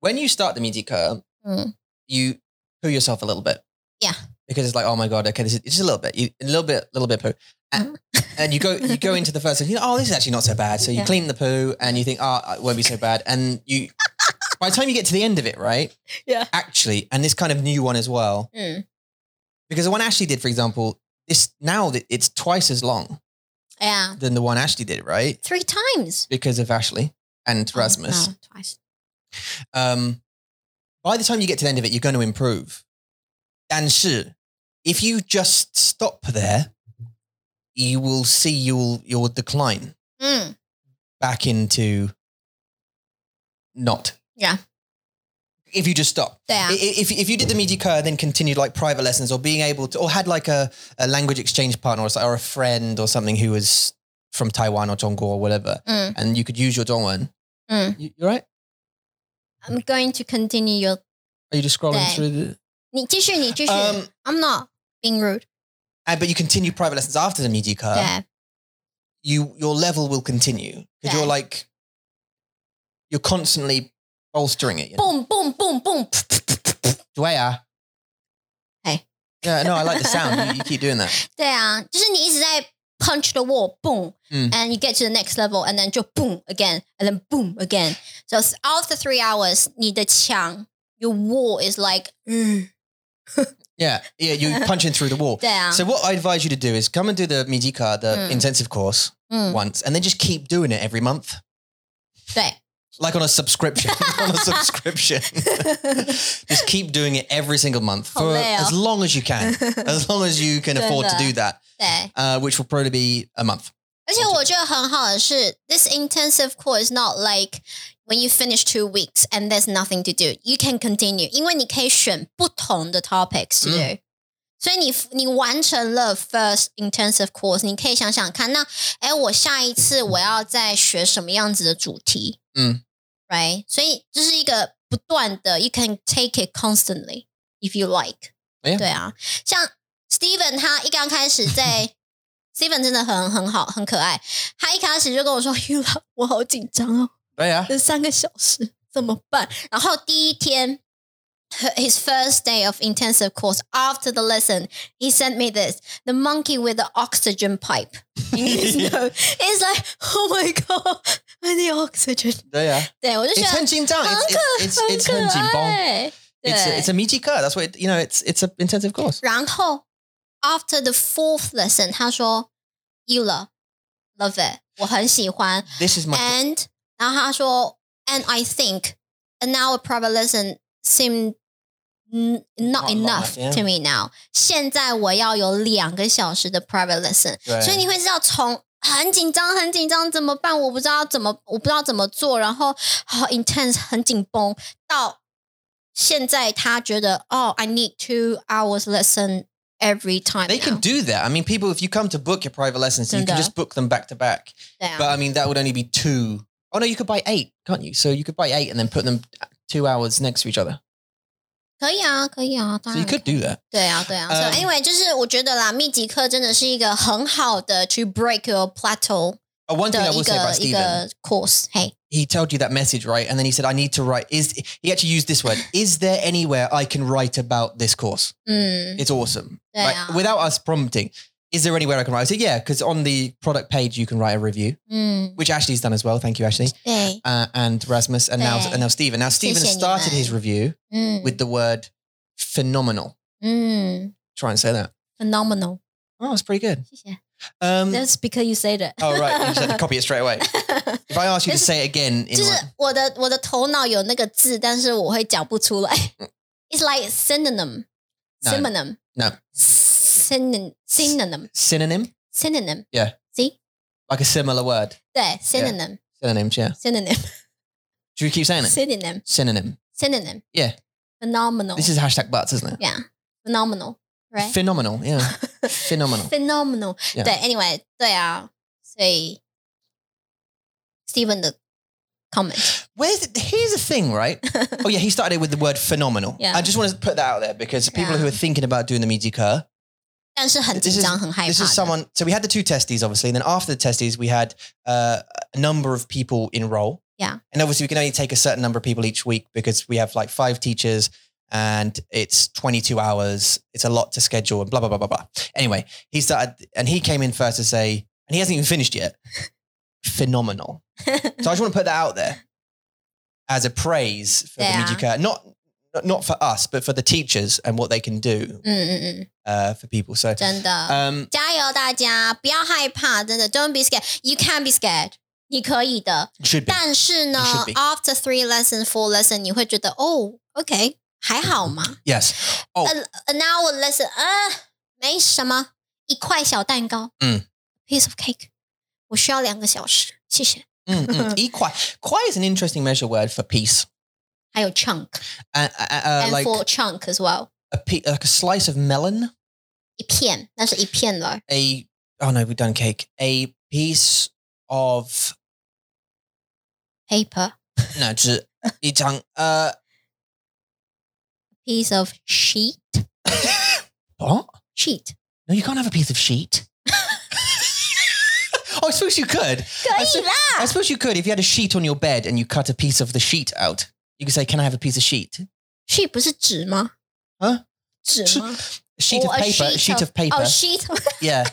S3: When you start the Meiji card,
S2: 嗯，
S3: you poo yourself a little bit.
S2: Yeah.
S3: Because it's like, oh my god, okay, this is it's just a little bit, you, a little bit, little bit poo, and, and you go you go into the first, and you know, oh, this is actually not so bad. So you
S2: Mm-hmm. Yeah.
S3: clean the poo, and you think, oh, it won't be so bad. And you, by the time you get to the end of it, right?
S2: Yeah. Mm.
S3: Actually, and this kind of new one as well,
S2: 嗯，
S3: because the one Ashley did, for example, this now that it's twice as long
S2: 哎呀
S3: than the one Ashley did, right?
S2: ，three times.
S3: Because of Ashley and Rasmus.
S2: Oh, no, twice.
S3: um, by the time you get to the end of it, you're going to improve. And sure, if you just stop there, you will see you'll you'll decline
S2: 嗯
S3: back into not.
S2: Yeah.
S3: if you just stop.
S2: Yeah.
S3: I- i- If, if you did the media code and then continued like private lessons or being able to, or had like a, a language exchange partner or, so- or a friend or something who was from Taiwan or Zhongguo or whatever,
S2: Mm.
S3: and you could use your Dongwon.
S2: Mm.
S3: You, you all right?
S2: I'm going to continue your.
S3: Are you just scrolling
S2: Dang.
S3: through the.
S2: 你继续，你继续。
S3: Um,
S2: I'm not being rude.
S3: and, but you continue private lessons after the media code.
S2: 对
S3: you your level will continue because
S2: Yeah.
S3: you're like you're constantly bolstering it. You know?
S2: ，boom boom boom boom。
S3: Dwyer.
S2: Hey.
S3: Yeah, no, I like the sound. you, you keep doing that.
S2: 对啊，就是你一直在 punch the wall, boom,
S3: 嗯
S2: and you get to the next level, and then 就 boom again, and then boom again. So it's out of the three hours, 你的墙 your wall is like，嗯，
S3: Yeah, yeah, you're punching through the wall.
S2: 对啊，
S3: So what I advise you to do is come and do the Mijika, the
S2: Mm.
S3: intensive course
S2: Mm.
S3: once, and then just keep doing it every month,
S2: 对
S3: like on a subscription. on a subscription, just keep doing it every single month for
S2: Hilarious.
S3: as long as you can, as long as you can afford to
S2: Good.
S3: do that,
S2: 对，
S3: uh, which will probably be a month.
S2: 而且我觉得很好的是，this intensive course is not like when you finish two weeks and there's nothing to do, you can continue，因为你可以选不同的 topics to do。所以你你完成了 first intensive course，你可以想想看，那哎，我下一次我要再学什么样子的主题？
S3: 嗯
S2: ，right，所以这是一个不断的，you can take it constantly if you like。
S3: Yeah
S2: 对啊，像 Steven 他一刚开始在 Steven 真的很很好，很可爱。他一开始就跟我说 ：“You 我好紧张哦，
S3: But yeah.
S2: 这三个小时怎么办？”然后第一天，her- his first day of intensive course after the lesson, he sent me this: the monkey with the oxygen pipe in his nose. It's like, oh my god, I need oxygen.
S3: Yeah.
S2: 对我就觉
S3: It's
S2: 得
S3: Henjin Dang. It's, it's,
S2: 很
S3: it's, it's
S2: 可
S3: Henjin Bong.
S2: 爱。对
S3: It's a, it's a Mijika. That's what, it, you know, it's it's an intensive course.
S2: 然后 after the fourth lesson，他说 you love love it，我很喜欢。
S3: This is my.
S2: and 然后他说 and I think an hour private lesson seem n- not
S3: Not enough,
S2: enough
S3: yeah.
S2: to me now。现在我要有两个小时的 private lesson，
S3: 对
S2: 所以你会知道从。啊很紧张，很紧张，怎么办？我不知道怎么，我不知道怎么做。然后好 intense，很紧绷。到现在，他觉得哦、i need two hours lesson every time
S3: they can
S2: now
S3: do that. I mean, people, if you come to book your private lessons, you can
S2: Dunda.
S3: just book them back to back.
S2: 对啊
S3: But I mean, that would only be two. Oh, no, you could buy eight, can't you? So you could buy eight and then put them two hours next to each other.
S2: 可以啊，可以啊，当
S3: So you
S2: 然
S3: could do that.
S2: 对啊，对啊。所
S3: 嗯
S2: 以 anyway，就是我觉得啦，密集课真的是一个很好的去 break your plateau
S3: Oh, one thing I
S2: 的
S3: will
S2: 一
S3: say about
S2: 个
S3: Stephen,
S2: 一个 course。嘿，
S3: he told you that message, right? And then he said, I need to write. Is He actually used this word Is there anywhere I can write about this course?
S2: 嗯，
S3: It's awesome.
S2: Mm-hmm. Yeah.
S3: Like, without us prompting, is there anywhere I can write? I said, yeah, because on the product page, you can write a review,
S2: 嗯，
S3: which Ashley's done as well. Thank you, Ashley.
S2: 对，
S3: Uh, and Rasmus, and now,
S2: Yeah.
S3: and now Stephen. Now, Stephen
S2: Appreciate you,
S3: started
S2: man.
S3: his
S2: Mm-hmm.
S3: review
S2: 嗯
S3: with the word phenomenal.
S2: 嗯
S3: Try and say that.
S2: ，phenomenal，
S3: Oh, that's pretty good.
S2: 谢谢。
S3: Um,
S2: That's because you said it。
S3: oh, right. You just had to copy it straight away. If I ask you to
S2: This-
S3: say it again, in
S2: 就是
S3: like,
S2: 我的我的头脑有那个字，但是我会讲不出来。It's like synonym,
S3: 嗯 No.
S2: synonym,
S3: no,
S2: synonym, synonym,
S3: synonym,
S2: synonym.
S3: Yeah.
S2: See，
S3: like a similar word.
S2: 对，synonym,
S3: Synonyms, yeah.
S2: synonym,
S3: Should we keep saying it?
S2: synonym,
S3: Synonym.
S2: synonym.
S3: Yeah.
S2: Phenomenal.
S3: This is hashtag butts, isn't it?
S2: Yeah. Phenomenal. Oh. Right?
S3: Phenomenal, yeah. Phenomenal.
S2: Phenomenal.
S3: Yeah.
S2: 对，anyway，对啊，所以 Steven 的 comment，
S3: Where's the, here's the thing, right? oh yeah, he started it with the word phenomenal.
S2: Yeah.
S3: I just want to put that out there because people
S2: Yeah.
S3: who are thinking about doing the Mijika,
S2: 但是很
S3: This is-
S2: 紧张，很害怕的。
S3: this is someone. So we had the two testes, obviously, and then after the testes, we had uh, a number of people enroll.
S2: Yeah.
S3: and obviously we can only take a certain number of people each week because we have like five teachers and it's 22 hours it's a lot to schedule and blah blah blah blah blah anyway he started and he came in first to say and he hasn't even finished yet phenomenal so I just want to put that out there as a praise for
S2: Yeah.
S3: the Mijika, not not- not for us, but for the teachers and what they can do
S2: 嗯嗯嗯，
S3: uh, for people. So,
S2: 真的，
S3: um,
S2: 加油大家，不要害怕，真的，Don't be scared. You can be scared. 你可以的，
S3: should be
S2: 但是呢
S3: You should be.
S2: ，after three lesson, four lesson，你会觉得哦，OK，还好嘛。
S3: yes. Oh,
S2: an an hour lesson 啊，没什么，一块小蛋糕，
S3: 嗯
S2: ，piece of cake，我需要两个小时，谢谢。
S3: mm, mm. E- quiet. Quiet is an interesting measure word for peace.
S2: 还有 chunk
S3: Uh, uh, uh,
S2: and
S3: like
S2: for chunk as well，
S3: a pe- like a slice of melon,
S2: 一片，那是一片了。
S3: a oh no, we've done cake, a piece of
S2: Paper
S3: no, just eat tongue, uh,
S2: piece of sheet
S3: what?
S2: sheet，
S3: No, you can't have a piece of sheet. oh, I suppose you could.
S2: 可以啦。
S3: I suppose you could if you had a sheet on your bed and you cut a piece of the sheet out. You could say, "Can I have a piece of sheet?
S2: sheet 不是纸吗？
S3: 啊，
S2: 纸吗？
S3: A sheet
S2: Or
S3: of
S2: a
S3: paper, a sheet of paper."
S2: 哦，sheet。
S3: yeah,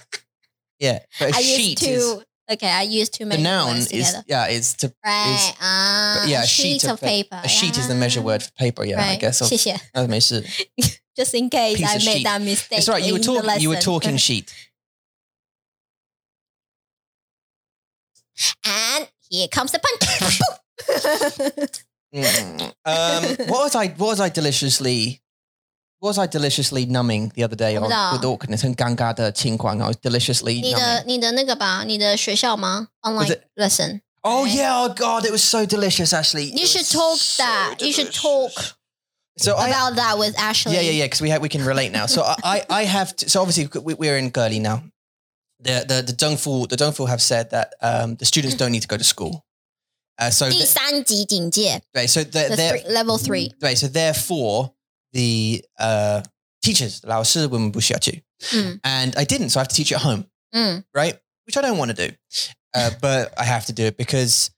S3: yeah. But a
S2: I used
S3: sheet is
S2: to. Okay, I used to
S3: the
S2: make
S3: noun
S2: words
S3: is
S2: together.
S3: yeah. It's to
S2: right. 啊
S3: yeah, a
S2: sheet
S3: sheet of
S2: of paper. ah.
S3: a sheet is the measure word for paper. Yeah, I
S2: Right.
S3: guess. Or,
S2: 谢 谢。
S3: that makes it-
S2: Just in case
S3: Piece
S2: I
S3: of
S2: made
S3: sheet.
S2: that mistake.
S3: It's all right. You were
S2: in the
S3: talking. You were
S2: lesson.
S3: talking sheet.
S2: And here comes the punch.
S3: Mm. Um, what was I? What was I deliciously? What was I deliciously numbing the other day? Or
S2: 我不知道。
S3: with awkwardness and gangada I was deliciously
S2: 你
S3: numbing.
S2: 的你的那个吧，你的学校吗
S3: 不
S2: ？Online
S3: 是
S2: lesson.
S3: Oh
S2: right?
S3: yeah! Oh god, it was so delicious, Ashley.
S2: You
S3: It
S2: should
S3: was
S2: talk
S3: so
S2: that. You should
S3: delicious.
S2: talk
S3: So I
S2: about that with Ashley.
S3: Yeah, yeah, yeah. Because we ha- we can relate now. So I, I, I have to, so obviously we- we're in Gurley now. The the the Dongfu the Dongfu have said that um, the students don't need to go to school. Uh, so
S2: 第三级警戒
S3: right, so
S2: the
S3: they're,
S2: three,
S3: they're,
S2: level three.
S3: right, so therefore the uh, teachers allow us to women bushiachu,
S2: 嗯
S3: and I didn't, so I have to teach at home,
S2: 嗯
S3: right? Which I don't want to do, uh, but I have to do it because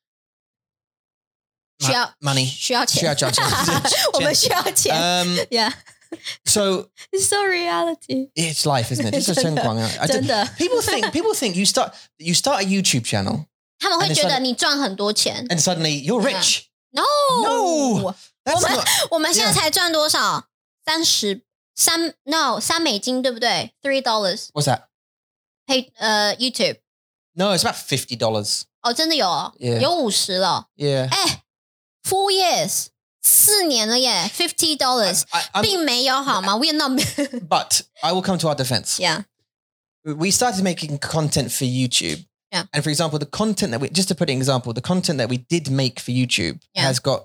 S2: 需要
S3: money.
S2: 需要钱，
S3: 需要交钱
S2: 我们需要钱。
S3: Um,
S2: Yeah, 啊
S3: so
S2: it's so reality.
S3: it's life, isn't it? Just a
S2: 真的，
S3: 真光啊。I
S2: 真
S3: don't-
S2: 的，
S3: People think people think you start you start a YouTube channel.
S2: 他们会
S3: And
S2: 觉
S3: it's
S2: 得
S3: like-
S2: 你赚很多钱。
S3: and suddenly you're
S2: Yeah.
S3: rich.
S2: No,
S3: 呃 No.
S2: 我
S3: That's
S2: 们
S3: not
S2: 我们现在才赚多少？三十三？No，三美金对不对？Three dollars
S3: what's that?
S2: pay 呃 YouTube。
S3: No, it's about fifty dollars.
S2: 哦，真的有哦
S3: Yeah.
S2: 有五十了。
S3: Yeah,
S2: 哎，four years，四年了耶，fifty dollars，
S3: I, I'm-
S2: 并没 有好吗？We're not
S3: but I will come to our defense.
S2: yeah，
S3: We started making content for YouTube.
S2: Yeah.
S3: And for example, the content that we just to put an example, the content that we did make for YouTube
S2: Yeah.
S3: has got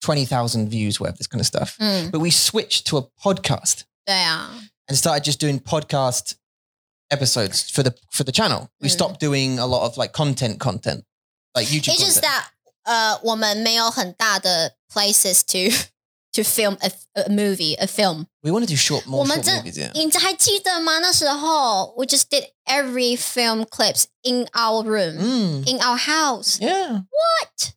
S3: twenty thousand views worth this kind of stuff.
S2: 嗯，
S3: But we switched to a podcast
S2: 对啊，
S3: and started just doing podcast episodes for the for the channel. We
S2: Mm.
S3: stopped doing a lot of like content content. Like YouTube.
S2: It's just
S3: content.
S2: that 呃，我们没有很大的 places to to film a, a movie a film。
S3: we want to do short more short
S2: 我们真-
S3: movies, yeah.
S2: 你还记得吗？那时候 we just did every film clips in our room、
S3: Mm.
S2: in our house，
S3: Yeah. What?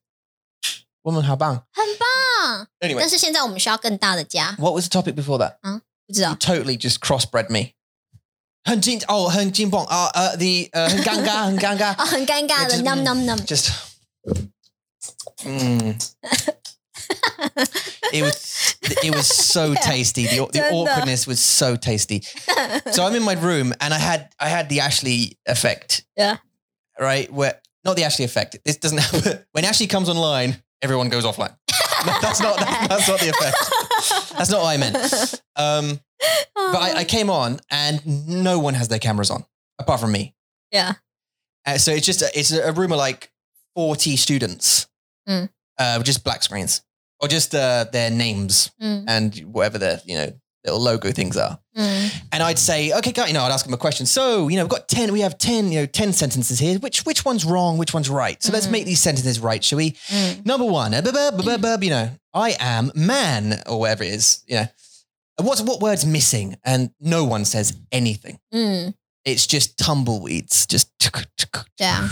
S3: Woman, how bang?
S2: 很棒。
S3: Anyway,
S2: 但是现在我们需要更大的家，
S3: what was the topic before that?
S2: 不知道
S3: You totally just crossbred me. Hun Jin, oh, Hun Jin Bong, uh, uh, the uh, Hun Ganga, Hun Ganga.
S2: 啊、很尴尬的
S3: It just-
S2: num num num。
S3: Just. Mm. it was it was so tasty. The, the
S2: Tender.
S3: awkwardness was so tasty. So I'm in my room and I had I had the Ashley effect.
S2: Yeah.
S3: Right? Where not the Ashley effect. This doesn't happen. When Ashley comes online, everyone goes offline. No, that's not that's, that's not the effect. That's not what I meant. Um, but I, I came on and no one has their cameras on apart from me.
S2: Yeah.
S3: Uh, so it's just a, it's a room of like 40 students,
S2: Mm.
S3: uh, with just black screens or just uh, their names
S2: 嗯
S3: and whatever their you know little logo things are.
S2: 嗯
S3: And I'd say, okay, guy, you know, I'd ask him a question. So, you know, we've got 10, we have 10, you know, 10 sentences here. Which, which one's wrong? Which one's right? So let's
S2: Mhm.
S3: make these sentences right, shall we?
S2: 嗯
S3: Number one, uh, bu- bu- bu- bu- bu- you know, I am man or whatever it is, you know. What's, what word's missing? And no one says anything.
S2: 嗯，
S3: It's just tumbleweeds, just.
S2: 对 啊。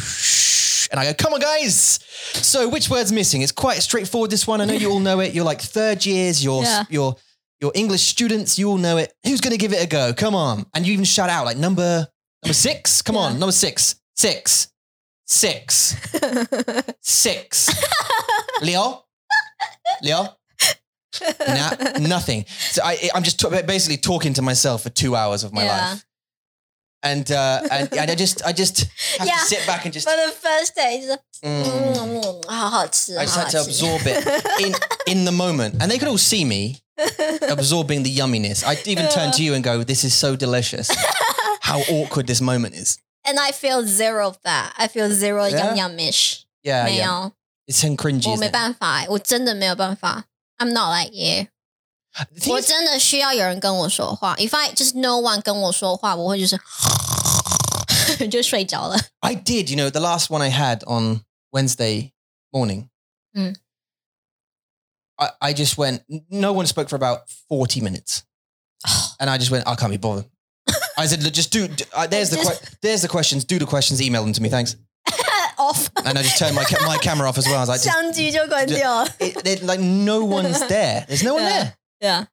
S3: And I go, come on, guys. So which word's missing? It's quite straightforward, this one. I know you all know it. You're like third years, you're,
S2: Yeah.
S3: you're, you're English students. You all know it. Who's going to give it a go? Come on. And you even shout out like number, number six. Come on.
S2: Yeah.
S3: Number six, six, six, six. Leo, Leo. Nah, nothing. So I, I'm just t- basically talking to myself for two hours of my
S2: Yeah.
S3: life. And, uh, and, and I just, I just have
S2: Yeah.
S3: to sit back and just,
S2: For the first day，就是
S3: Mm.
S2: 嗯，嗯好好吃，
S3: I just
S2: 好
S3: had
S2: 好
S3: to
S2: 吃。
S3: absorb it in in the moment, and they could all see me absorbing the yumminess. I even turn to you and go, "This is so delicious." How awkward this moment is.
S2: And I feel zero fat. I feel zero
S3: Yeah?
S2: yum yumish.
S3: Yeah,
S2: 没
S3: yeah.
S2: 有
S3: It's 很 cringy.
S2: 我没
S3: isn't it?
S2: 办法、欸，我真的没有办法。I'm not like you，
S3: The thing
S2: 我
S3: is-
S2: 真的需要有人跟我说话。If I just no one 跟我说话，我会就是 就睡着了。
S3: I did, you know, the last one I had on Wednesday morning.
S2: Mm.
S3: I, I just went, no one spoke for about 40 minutes. and I just went, I can't be bothered. I said, look, just do, d uh, there's, the que- there's the questions, do the questions, email them to me, thanks.
S2: off，
S3: And I just turned my, ca- my camera off as well. I was like, just,
S2: 相机就关掉了。
S3: it, they're like, no one's there. There's no one
S2: Yeah.
S3: there.
S2: 对啊，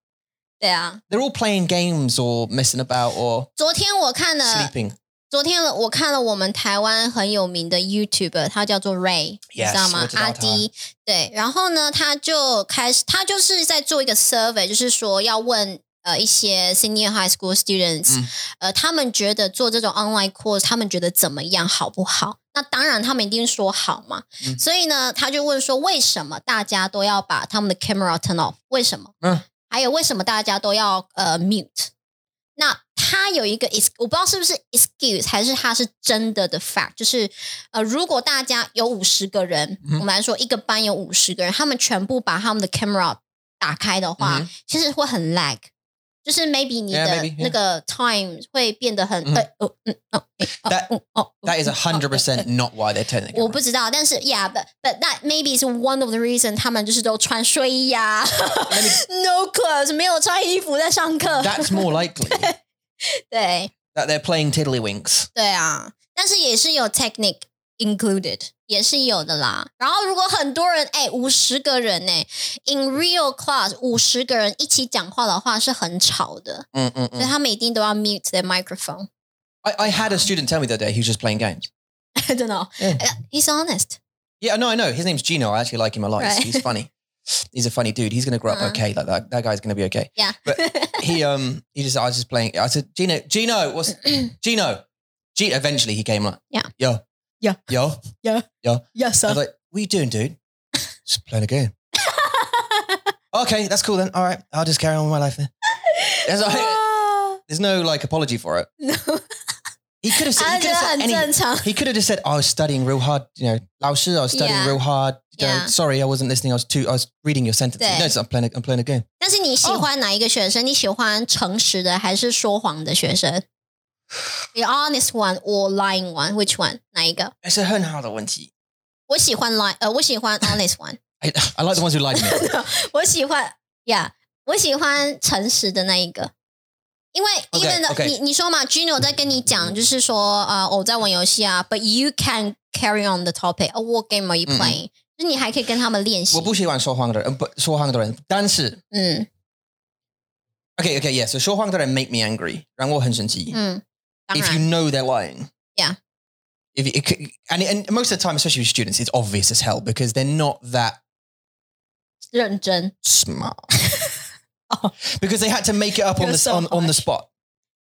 S2: 对啊。
S3: They're all playing games or messing about or
S2: 昨天我看了，
S3: sleeping.
S2: 昨天我看了我们台湾很有名的 YouTuber，他叫做 Ray，你
S3: Yes，
S2: 知道吗
S3: 我？知道他
S2: 阿迪。对，然后呢，他就开始，他就是在做一个 survey，就是说要问。呃，一些 senior high school students，、
S3: 嗯
S2: 呃，他们觉得做这种 online course，他们觉得怎么样，好不好？那当然，他们一定说好嘛。
S3: 嗯
S2: 所以呢，他就问说，为什么大家都要把他们的 camera turn off？为什么？
S3: 嗯
S2: 还有为什么大家都要呃 mute？那他有一个 is，我不知道是不是 excuse，还是他是真的的 fact，就是呃，如果大家有五十个人，
S3: 嗯哼
S2: 我们来说一个班有五十个人，他们全部把他们的 camera 打开的话，
S3: 嗯哼
S2: 其实会很 lag，就是 maybe 你
S3: Yeah,
S2: 的
S3: maybe, yeah.
S2: 那个 time 会变得很
S3: 嗯哼
S2: 呃呃嗯哦哎哦
S3: That-
S2: 嗯哦
S3: That is
S2: 嗯哦哎
S3: 100% not why they're turning. it
S2: 我
S3: around.
S2: 不知道，但是 yeah，but but that maybe is one of the reason 他们就是都穿睡衣呀、啊 ，no clothes，没有穿衣服在上课。
S3: That's more likely
S2: 对
S3: that they're playing tiddlywinks.
S2: 对啊，但是也是有 technique included，也是有的啦。然后如果很多人，哎，五十个人呢、i n real class 五十个人一起讲话的话是很吵的，
S3: Mm, mm, mm.
S2: 所以他们一定都要 mute their microphone。
S3: I, I had a student tell me the other day he was just playing games.
S2: I don't know.
S3: Yeah.
S2: He's honest.
S3: Yeah, no, I know. His name's Gino. I actually like him a lot. He's,
S2: Right.
S3: he's funny. He's a funny dude. He's gonna grow up
S2: Uh-huh.
S3: okay. Like that, that guy's gonna be okay.
S2: Yeah.
S3: But- He um he just I was just playing. I said, Gino, Gino, what's Gino? G eventually he came like,
S2: Yeah.
S3: Yo.
S2: Yeah.
S3: Yo.
S2: yes,
S3: I was like, What are you doing, dude? just playing a game. okay, that's cool then. All right. I'll just carry on with my life then. There's, like- there's no like apology for it. He could have said,
S2: 他
S3: he could have said any,
S2: 啊觉得很正常。
S3: He could have just said, "I was studying real hard." You know, Lao Shi, I was studying
S2: Yeah.
S3: real hard. You know,
S2: Yeah.
S3: sorry, I wasn't listening. I was too. I was reading your sentences.
S2: Yeah.
S3: No, it's, I'm playing. I'm playing a game.
S2: 但是你喜
S3: 哦
S2: 欢哪一个学生你喜欢诚实的还是说谎的 学生？The honest one or lying one? Which one? 哪一个？
S3: It's a 很好的问题.
S2: 我喜欢 lie，呃，我 喜欢 honest one，
S3: I, I like the ones who like me.
S2: 我喜欢，yeah，我喜欢诚实的那一个。因为
S3: Okay,
S2: 因为呢
S3: okay.
S2: 你你说嘛，Gino 在跟你讲，就是说，呃，我在玩游戏啊，but you can carry on the topic. A what game are you
S3: 嗯嗯
S2: playing？、就是你还可以跟他们练习。
S3: 我不喜欢说谎的人，不说谎的人。但是
S2: 嗯
S3: okay, okay, yeah. So 说谎的人 make me angry. 让我很生气。
S2: 嗯，当
S3: If you
S2: 然
S3: know they're lying.
S2: Mm, Yeah.
S3: If it, it, could- and and most of the time, especially with students, it's obvious as hell because they're not that
S2: 认真，
S3: smart.
S2: Oh.
S3: Because they had to make it up on
S2: You're
S3: the
S2: so
S3: on, on the
S2: harsh.
S3: spot.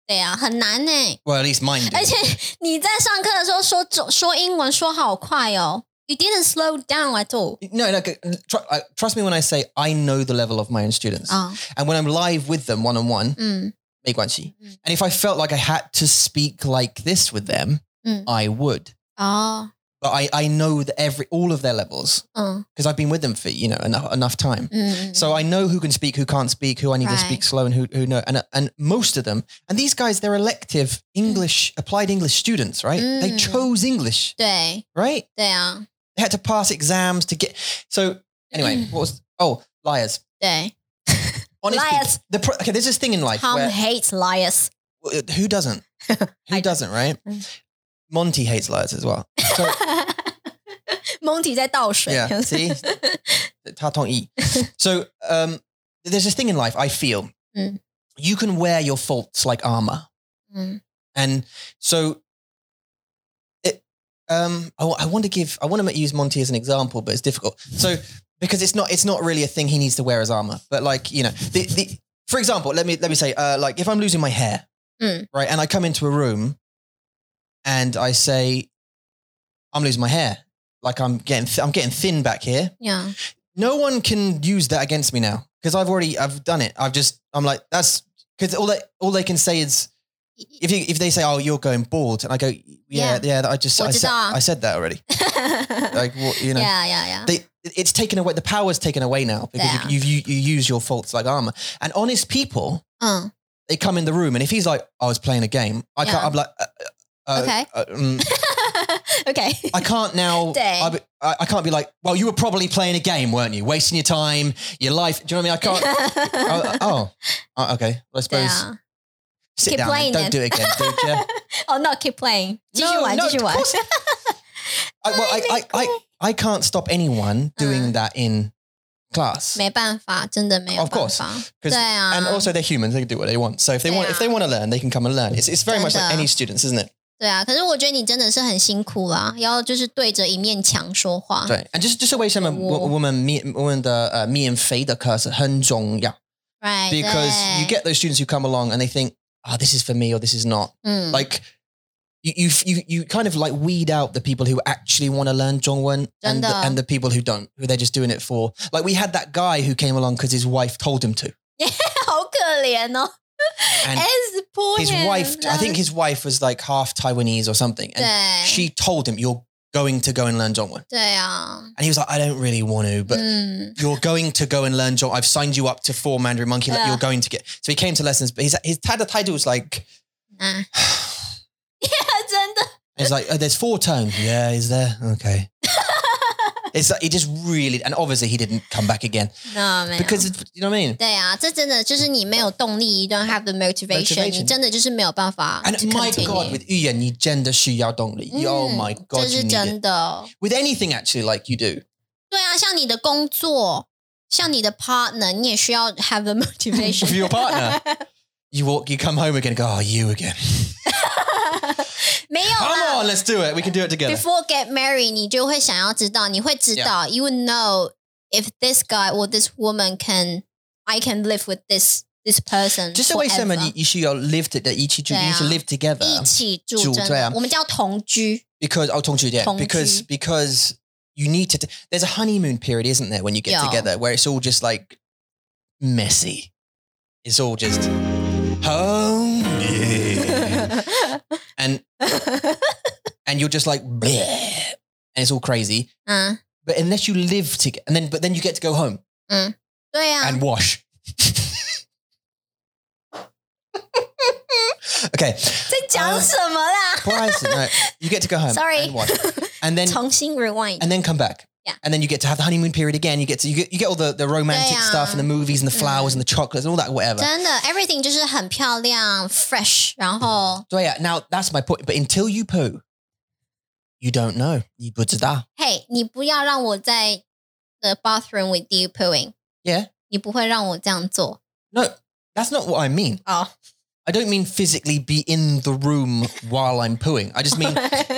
S2: 对啊，很难呢、
S3: Well, at least mine did.
S2: 而且你在上课的时候说中说英文说好快哦，You didn't slow down at all
S3: No, no. Tr- uh, trust me when I say I know the level of my own students,
S2: 啊、
S3: and when I'm live with them one on one,
S2: 嗯
S3: make guanxi.
S2: Mm.
S3: And if I felt like I had to speak like this with them,
S2: Mm.
S3: I would.
S2: 哦
S3: But I, I know that every all of their levels
S2: 嗯
S3: because I've been with them for you know enough enough time.
S2: 嗯
S3: So I know who can speak, who can't speak, who I need
S2: Mm. Right.
S3: to speak slow, and who who no. And and most of them, and these guys, they're elective English applied English students, right? They
S2: Mm.
S3: chose English,
S2: 对
S3: right?
S2: 对啊
S3: They had to pass exams to get. So anyway,
S2: Mm.
S3: what was oh liars.
S2: 对
S3: Honestly,
S2: Liars.
S3: The pro- okay, there's this thing in life
S2: ，Tom
S3: where
S2: hates liars，
S3: who doesn't?
S2: I Mm.
S3: Who doesn't, right? Monty hates liars as well. So
S2: 蒙体在倒水
S3: yeah, see, Ta Tong Yi. So um, there's this thing in life. I feel
S2: Mm.
S3: you can wear your faults like armor,
S2: 嗯
S3: and so it. Um, I, wa- I want to give. I want to use Monty as an example, but it's difficult. So because it's not. It's not really a thing he needs to wear as armor. But like you know, the, the for example, let me let me say, uh, like if I'm losing my hair,
S2: Mm.
S3: right, and I come into a room, and I say, I'm losing my hair. Like I'm getting, th- I'm getting thin back here.
S2: yeah，
S3: No one can use that against me now because I've already, I've done it. I've just, I'm like, that's because all they, all they can say is, if you, if they say, oh, you're going bald, and I go, yeah, yeah, I just,
S2: What
S3: I,
S2: is
S3: said
S2: that?
S3: I said that already. like what you know,
S2: yeah, yeah, yeah.
S3: they it's taken away. The power's taken away now because
S2: Yeah.
S3: you, you you use your faults like armor. And honest people,
S2: Mm.
S3: they come in the room, and if he's like, "I was playing a game," I
S2: Yeah.
S3: can't. I'm like, uh, uh,
S2: Okay.
S3: uh, mm,
S2: okay.
S3: I can't now.
S2: Dang.
S3: I, be- I I can't be like, well, you were probably playing a game, weren't you? Wasting your time, your life. Do you know what I mean? I can't. oh, oh, oh, okay. I suppose
S2: yeah.
S3: sit
S2: Keep
S3: down.
S2: playing
S3: and Don't do
S2: then.
S3: it again, dude. Yeah.
S2: Oh no, keep playing. 继续玩，
S3: no, of
S2: 继续玩。
S3: course I, well, I, I, I, I can't stop anyone doing
S2: Uh.
S3: that in class.
S2: 没办法，真的没有
S3: Of course. 'Cause-
S2: 对啊，
S3: And also, they're humans; they can do what they want. So if they want, if they want to learn, they can come and learn. It's, it's very much like
S2: 真的。
S3: any students, isn't it?
S2: 啊对啊，可是我觉得你真的是很辛苦啦，要就是对着一面墙说话。
S3: And just just away from a
S2: Oh. Cool.
S3: woman, me, woman, the uh, me and Faye, the curse, yeah.
S2: ，right？
S3: Because you
S2: 对。
S3: get those students who come along and they think, oh, this is for me or this is not.
S2: 嗯
S3: Like, you, you, you, you kind of like weed out the people who actually want to learn Zhongwen and the,
S2: 真的。
S3: and the people who don't, who they're just doing it for. Like, we had that guy who came along because his wife told him to.
S2: 好可怜哦。
S3: And
S2: As poor
S3: his
S2: him,
S3: wife, I think his wife was like half Taiwanese or something. And
S2: 对
S3: she told him, You're going to go and learn Zhongwen.
S2: 对啊，
S3: And he was like, I don't really want to,
S2: Mm.
S3: but
S2: 嗯
S3: you're going to go and learn Zhongwen. I've signed you up to four Mandarin Monkey. Like,
S2: Yeah.
S3: You're going to get. So he came to lessons, but his, his the title was like,
S2: 啊，真的
S3: It's like, oh, there's four tones. Yeah, is there? Okay. it's like, he just really, and obviously he didn't come back again
S2: ，no 没有。
S3: because, it's, you know what I mean?
S2: 对啊，这真的就是你没有动力，you don't have the motivation，
S3: Motivation
S2: 你真的就是没有办法
S3: And
S2: to
S3: my
S2: continue。Mm.
S3: God, with Yuyan, you gender Shu Yao Dong Li. Oh
S2: 嗯
S3: my God,
S2: 这
S3: you
S2: 是
S3: need it.
S2: 真的。哦
S3: With anything actually, like you do.
S2: 对啊，像你的工作，像你的 partner，你也需要 have a motivation
S3: For your partner. You walk, you come home again and go, oh, you again.
S2: 没有
S3: Come
S2: 啦
S3: on, let's do it. We can do it together.
S2: Oh, Before get married，你就会想要知道，你会知道，you would know if this guy or this woman can, I can live with this this person
S3: Just the way
S2: forever
S3: someone you, you should live to, that you should, you should
S2: Yeah.
S3: live together
S2: 一起
S3: 住
S2: 住，真
S3: 对
S2: 的
S3: 啊，
S2: 我们叫同居。
S3: because I'll talk to you there
S2: 同居。
S3: because because you need to. t- There's a honeymoon period, isn't there, when you get
S2: 有。
S3: together where it's all just like messy. It's all just home, yeah. and and you're just like bleh, and it's all crazy.
S2: 嗯，
S3: But unless you live together, and then but then you get to go home
S2: 对啊
S3: and wash. okay,
S2: 在讲什么啦？
S3: twice. No, you get to go home.
S2: Sorry.
S3: and wash, and then
S2: 重新 rewind。
S3: and then come back.
S2: Yeah.
S3: And then you get to have the honeymoon period again. You get to you get you get all the, the romantic
S2: Yeah.
S3: stuff and the movies and the flowers and the chocolates and all that whatever.
S2: 真的，everything 就是很漂亮，fresh，然后
S3: So yeah, now that's my point. But until you poo, you don't know. You put that.
S2: 嘿，你不要让我在 the bathroom with you pooing。
S3: Yeah.
S2: 你不会让我这样做
S3: No, that's not what I mean.
S2: 哦。
S3: I don't mean physically be in the room while I'm pooing. I just mean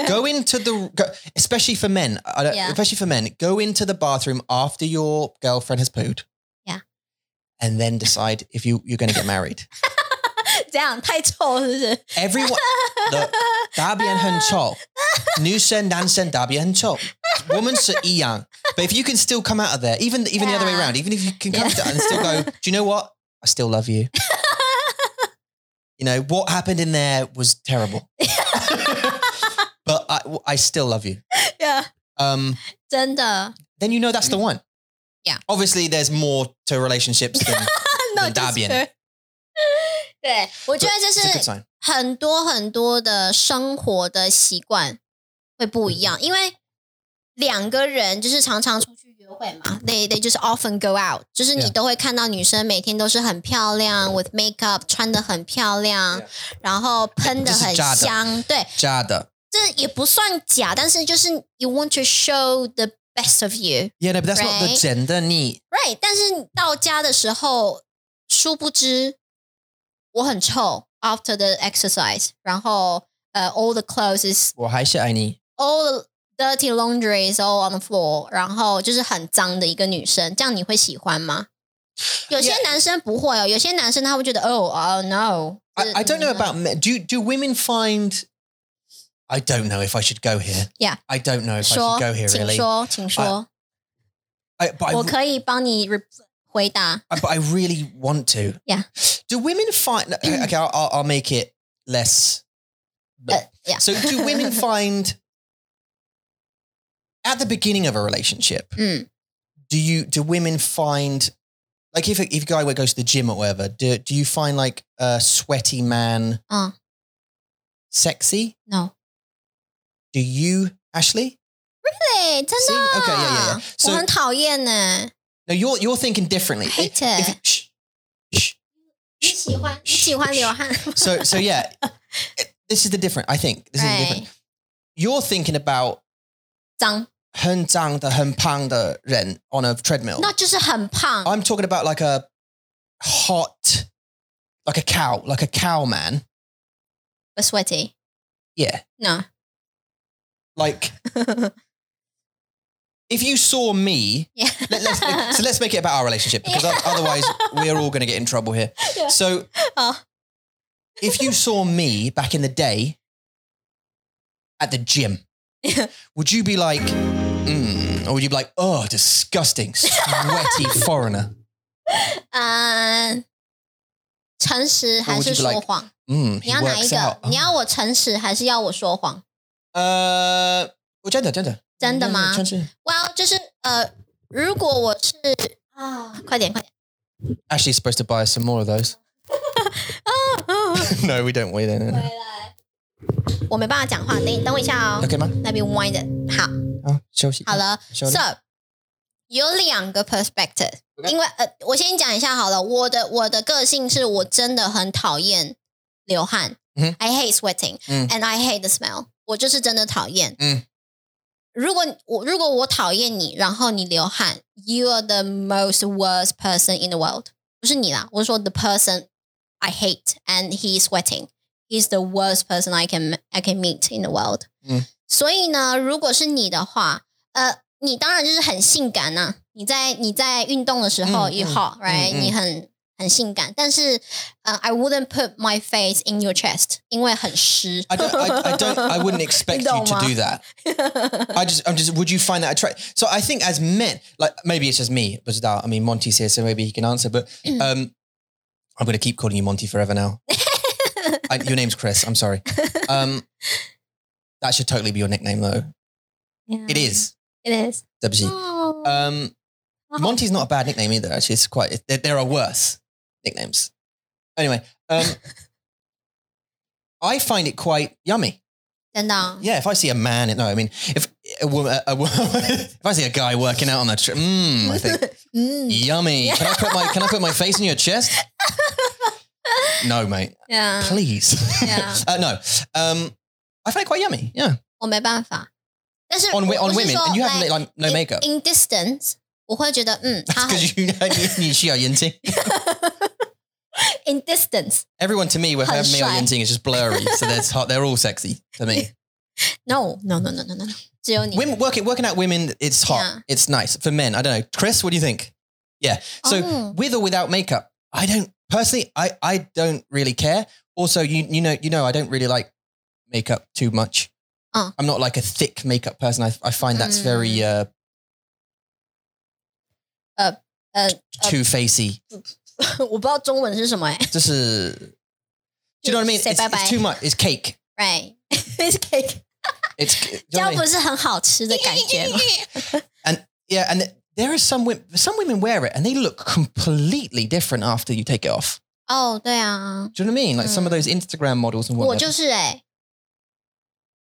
S3: go into the go, especially for men. I don't,
S2: Yeah.
S3: Especially for men, go into the bathroom after your girlfriend has pooed.
S2: Yeah.
S3: And then decide if you you're going to get married.
S2: 这样太臭了是不是？
S3: Everyone. the- 答辩很丑，女生男生答辩很丑，我们是一样。But if you can still come out of there, even even the other way
S2: Yeah.
S3: around, even if you can come
S2: Yeah.
S3: out and still go, do you know what? I still love you. you know what happened in there was terrible, but I I still love you.
S2: Yeah.
S3: Um,
S2: 真的
S3: then you know that's the one.
S2: Yeah.
S3: Obviously, there's more to relationships than
S2: 那
S3: 很大便
S2: 对，我觉得这
S3: it's a good
S2: 是
S3: sign.
S2: 很多很多的生活的习惯会不
S3: 嗯
S2: 一样，因为两个人就是常常出去约会嘛，they they 就是 often go out，就是你
S3: Yeah.
S2: 都会看到女生每天都是很漂亮，with makeup 穿的很漂亮
S3: Yeah.
S2: 然后喷的
S3: 这是
S2: 很
S3: 渣的
S2: 香，对，
S3: Jada.
S2: 这也不算假，但是就是 you want to show the best of you。
S3: Yeah, no, but that's not the
S2: Right.
S3: gender. 你
S2: Right，但是你到家的时候，殊不知我很臭。After the exercise，然后呃、a l l the clothes is
S3: 我还是爱你。
S2: all the dirty laundry is all on the floor，然后就是很脏的一个女生，这样你会喜欢吗？有些
S3: Yeah.
S2: 男生不会哦，有些男生他会觉得哦哦 no，
S3: I, I don't know about men. Do do women find? I don't know if I should go here.
S2: Yeah.
S3: I don't know if I
S2: 说
S3: should go here
S2: 请
S3: really.
S2: 说，请说，
S3: I, but, I,
S2: 我可以帮你 re- 回答。
S3: I- but I really want to.
S2: Yeah.
S3: Do women find? Okay, I'll, I'll, I'll make it less.
S2: Uh, 呃，yeah
S3: So do women find at the beginning of a relationship,
S2: Mm.
S3: do you do women find like if a, if a guy goes to the gym or whatever, do do you find like a sweaty man
S2: Uh.
S3: sexy?
S2: No.
S3: Do you, Ashley?
S2: Really? 真的啊
S3: See? Okay, yeah, yeah, yeah. So-
S2: 我很讨厌呢。
S3: No, you're you're thinking differently.
S2: I hate
S3: If-
S2: it.
S3: if- shh, shh.
S2: 你喜欢你喜欢流 汗，
S3: So so yeah, it- this is the different. I think this is the different.
S2: right？
S3: You're thinking about
S2: 脏，
S3: 很脏的很胖的人 on a treadmill.
S2: 那就是很胖。
S3: I'm talking about like a hot, like a cow, like a cow man.
S2: But sweaty.
S3: Yeah.
S2: No.
S3: Like if you saw me,
S2: yeah.
S3: let, us so let's make it about our relationship because
S2: Yeah.
S3: otherwise we're all going to get in trouble here.
S2: Yeah.
S3: So
S2: Oh.
S3: if you saw me back in the day at the gym,
S2: Yeah.
S3: would you be like, mm, or would you be like, oh, disgusting, sweaty foreigner?
S2: 嗯，诚实还
S3: Or would
S2: 是
S3: you be
S2: 说
S3: like-
S2: 谎？
S3: Mm, he
S2: 你要哪一
S3: works
S2: 个
S3: out.？嗯
S2: 你要我诚实还是要我说谎？
S3: 呃，我真的真的
S2: 真的吗
S3: 真是
S2: 哇，就是呃，如果我是啊，快点快点
S3: Ashley's supposed to buy us some more of those.
S2: 啊！
S3: no, we don't. We don't. no, no.
S2: 来，我没办法讲话，等你等我一下哦。
S3: Okay, Oh, 吗？
S2: 那边 winded，好，
S3: 好，休息。
S2: 好，了。
S3: 休息。
S2: So 有两个 perspective，、
S3: OK
S2: 因为呃，我先讲一下好了。我的我的个性是我真的很讨厌流汗、
S3: 嗯
S2: i hate sweating，
S3: 嗯
S2: and I hate the smell，我就是真的讨厌。
S3: 嗯，
S2: 如果我如果我讨厌你，然后你流汗，you are the most worst person in the world，不是你啦，我是说 the person I hate and he is sweating。He's the worst person I can I can meet in the world。
S3: 嗯，
S2: 所以呢，如果是你的话，呃，你当然就是很性感呐、你在你在运动的时候
S3: 嗯
S2: 也
S3: 嗯
S2: 好，right？、
S3: 嗯嗯
S2: 你很很性感，但是呃、i wouldn't put my face in your chest，因为很湿。
S3: I don't. I, I don't. I wouldn't expect you to
S2: 你懂吗？
S3: do that. I just. I'm just. Would you find that attractive? So I think as men, like maybe it's just me, but I mean Monty's here, so maybe he can answer. But um, I'm going to keep calling you Monty forever now. I, your name's Chris. I'm sorry. Um, that should totally be your nickname though. It is.
S2: It is.
S3: Dubsy.
S2: Oh.
S3: Um, Monty's not a bad nickname either. Actually, it's quite. There, there are worse nicknames. Anyway, um, I find it quite yummy.
S2: 真的啊、
S3: Yeah, if I see a man, no, I mean, if a woman, a, wo- if I see a guy working out on the trip, mmm, I think
S2: 嗯
S3: yummy. Can I put my Can I put my face in your chest? No, mate.
S2: ，Yeah，
S3: Please.
S2: Uh, Yeah.
S3: uh, no. Um, I find it quite yummy. Yeah.
S2: 我没办法。但是
S3: On wi-
S2: 我
S3: on
S2: 我是
S3: women,
S2: 说
S3: and you have
S2: like,
S3: like no makeup.
S2: in distance，我会觉得嗯，他很
S3: Because you, you, you, you, you,
S2: in distance。
S3: Everyone to me, with her
S2: Hun
S3: male
S2: Shui.
S3: yinting is just blurry. So that's hot. They're all sexy to me.
S2: No, no, no, no, no, no, no. 只有你。
S3: Women working working out women, it's hot.
S2: Yeah.
S3: It's nice for men. I don't know. Chris, what do you think? Yeah. So
S2: Oh.
S3: with or without makeup, I don't personally. I I don't really care. Also, you you know you know I don't really like makeup too much.
S2: Oh.
S3: I'm not like a thick makeup person. I I find that's
S2: Mm.
S3: very uh,
S2: Uh,
S3: two facey.
S2: 我不知道中文是什么哎、
S3: This is. Do you know what I mean?
S2: Say
S3: It's,
S2: bye-bye.
S3: it's too much. It's cake.
S2: Right, it's cake，
S3: It's do you
S2: 这
S3: know what I
S2: 样
S3: mean?
S2: 不是很好吃的感觉吗？
S3: Yeah, and th- there are some women. Some women wear it, and they look completely different after you take it off.
S2: 哦，对啊，
S3: Do you know what I mean? Like some of those Instagram models and
S2: 我
S3: whatnot.
S2: 就是哎、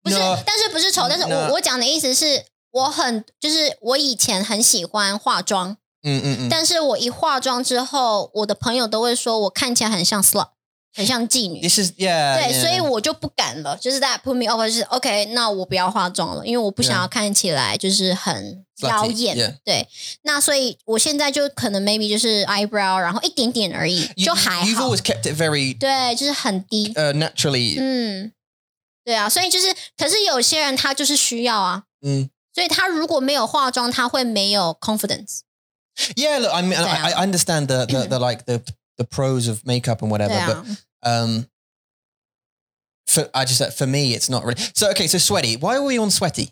S2: 不是
S3: No
S2: 但是不是丑，但是我
S3: No
S2: 我讲的意思是我很就是我以前很喜欢化妆，
S3: Mm, mm, mm.
S2: 但是我一化妆之后，我的朋友都会说我看起来很像 slut，很像妓女。
S3: This is yeah.
S2: 对
S3: yeah.
S2: 所以我就不敢了，就是 that put me off，就是 OK，那我不要化妆了，因为我不想要看起来就是很
S3: Slutty，
S2: 妖艳。
S3: yeah
S2: 对，那所以我现在就可能 maybe 就是 eyebrow，然后一点点而已，
S3: You,
S2: 就还
S3: you've
S2: 好。
S3: always kept it very
S2: 对，就是很低。
S3: uh, naturally.
S2: 嗯，对啊，所以就是，可是有些人他就是需要啊，
S3: 嗯，
S2: 所以他如果没有化妆，他会没有 confidence。
S3: Yeah, look, I mean, I,
S2: Yeah.
S3: I understand the, the, the like the the pros of makeup and
S2: 对
S3: whatever,
S2: 啊，
S3: but um, for I just for me, it's not really. So okay, so sweaty. Why were we on sweaty?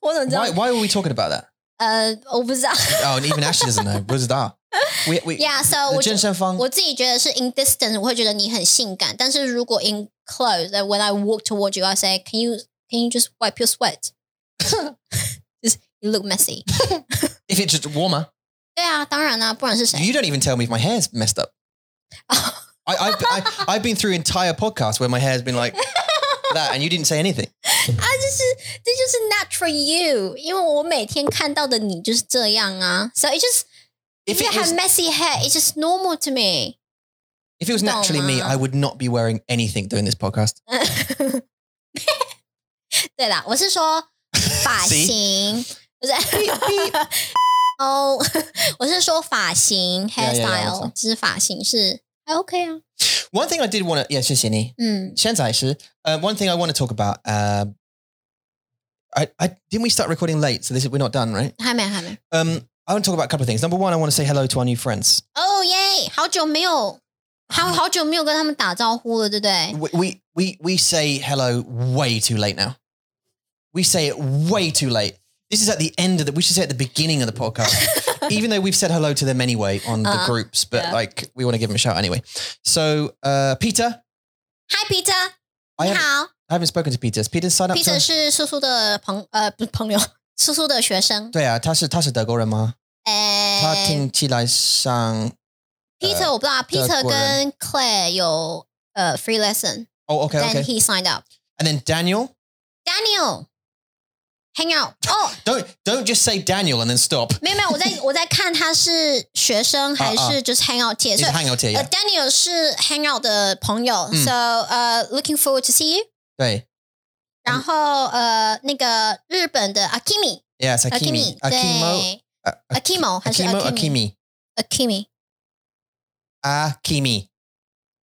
S2: 我怎么知道
S3: Why why were we talking about that?
S2: 呃，我不知道。
S3: Oh, and even Ashley doesn't know. What's that? We, we,
S2: Yeah, so
S3: the
S2: 我觉
S3: ginseng fang.
S2: 我自己觉得是 in distance，我会觉得你很性感。但是如果 in close，that when I walk toward you，I say，can you can you just wipe your sweat？就是 You look messy。
S3: If it's just warmer,
S2: 对啊，当然啦、不然是谁？
S3: you don't even tell me if my hair's messed up. I, I've, I, I've been through entire podcasts where my hair's been like that, and you didn't say anything.
S2: 啊，这是这就是 natural you，因为我每天看到的你就是这样啊。So it just if
S3: If
S2: you
S3: it was,
S2: have messy hair, it's just normal to me 。
S3: if it was naturally me, I would not be wearing anything during this podcast.
S2: 对啦，我是 说发型，不是 哦，我是说发型
S3: Yeah, yeah, yeah, 我
S2: hairstyle，
S3: 知道
S2: 就是发型是还 OK 啊。
S3: One thing I did want to, yeah, 谢谢你.
S2: 嗯，
S3: 现在是, uh, one thing I want to talk about. Uh, I, I didn't we start recording late, so this is, we're not done, right?
S2: 还没还没。
S3: Um, I want to talk about a couple of things. Number one, I want to say hello to our new friends.
S2: 哦耶，好久没有，好好久没有跟他们打招呼了，对不对？
S3: We, we we we say hello way too late now. We say it way too late. This is at the end of the. We should say at the beginning of the podcast, even though we've said hello to them anyway on the
S2: Uh-huh.
S3: groups. But
S2: Yeah.
S3: like, we want to give them a shout anyway. So, uh, Peter,
S2: Hi Peter，
S3: I
S2: 你
S3: haven't,
S2: 好。
S3: I haven't spoken to Peter. Has Peter signed up?
S2: Peter
S3: to-
S2: 是叔叔的朋呃不是朋友， 叔叔的学生。
S3: 对啊，他是他是德国人吗？
S2: 哎
S3: 他听起来像
S2: ，Peter 我不知道，Peter
S3: 德国人
S2: 跟 Claire 有呃 free lesson，
S3: Oh, okay,
S2: then
S3: okay.
S2: he signed up。
S3: and then Daniel.
S2: Daniel hang out 哦，
S3: Don't don't just say Daniel and then stop.
S2: 没有没有，我在 我在看他是学生
S3: 啊
S2: 还
S3: 啊
S2: 是就是 hang out 界，
S3: It's
S2: 所以
S3: hang out here.
S2: 呃 Daniel 是 hang out 的朋友
S3: 嗯
S2: ，so 呃 looking forward to see you。
S3: Yeah.
S2: 然后呃那个日本的 Akimi
S3: Yes, Akimi. Akimo. 呃
S2: 对 Akimo 还是
S3: Akimo.
S2: Akimi
S3: Akimi.
S2: Akimi
S3: Akimi.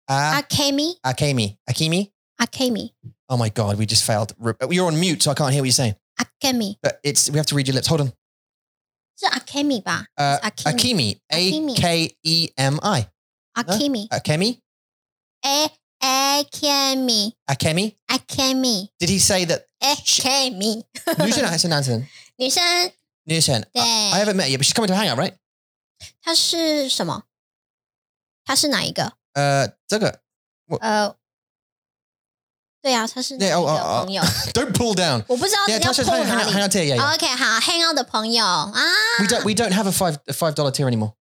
S3: Ah,
S2: Akimi
S3: Akimi. Akimi.
S2: Akimi
S3: Oh my God, we just failed. Re- You're on mute, so I can't hear what you're saying.
S2: Akemi
S3: But it's we have to read your lips. Hold on.
S2: 是 Akemi 吧
S3: Uh,
S2: ？Akemi
S3: Akimi. A
S2: Akimi.
S3: K E M I. 啊
S2: Akemi
S3: Akemi.
S2: A Akemi
S3: Akemi.
S2: Akemi
S3: Did he say that?
S2: Akemi 女生
S3: Newton.
S2: 对
S3: I I haven't met her yet, but she's coming to hang out, right?
S2: 她是什么？她是哪一个？
S3: Uh, 这个
S2: 呃，对啊，她是哪一
S3: 对哦哦
S2: 个
S3: 哦
S2: 朋友？
S3: Don't pull down.
S2: 我不知 道
S3: Yeah,
S2: 要
S3: Tasha's
S2: 碰
S3: hang,
S2: 哪
S3: hang, hang
S2: 里。
S3: out here. Yeah, yeah.
S2: OK，好，hang out 的朋友啊，
S3: 哎 We don't we don't have a five a five dollar tier anymore.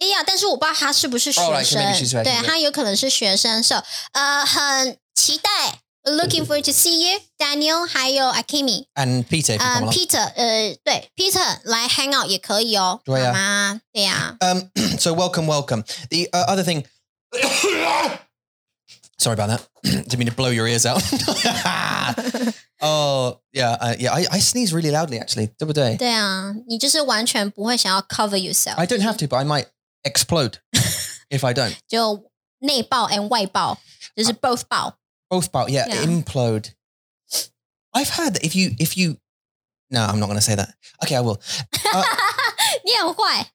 S2: 哎呀，但是我不知道他是不是学
S3: Alright, so
S2: 生
S3: maybe she's Oh, right,
S2: 对
S3: yeah.
S2: 他有可能是学生，so 呃，很期待，looking forward to see you Daniel，还有 Akimi，
S3: And 哎 Peter, if you
S2: 嗯
S3: come along.
S2: ，Peter，呃，对，Peter 来 hang out 也可以哦，
S3: 对啊
S2: 好吗？对呀，
S3: Um, so welcome, welcome. The uh, other thing. Sorry about that. Didn't mean to blow your ears out. 啊 oh yeah, uh, yeah. I, I sneeze really loudly actually. Double day.
S2: 对啊，你就是完全不会想要 cover
S3: I
S2: yourself，
S3: don't have to, but I might explode if I don't.
S2: 就内爆 and 外爆，就是
S3: 啊
S2: both 爆，
S3: Both part, yeah,
S2: Yeah.
S3: implode. I've heard that if you if you, no, I'm not going to say that. Okay, I will. 啊
S2: 你很坏，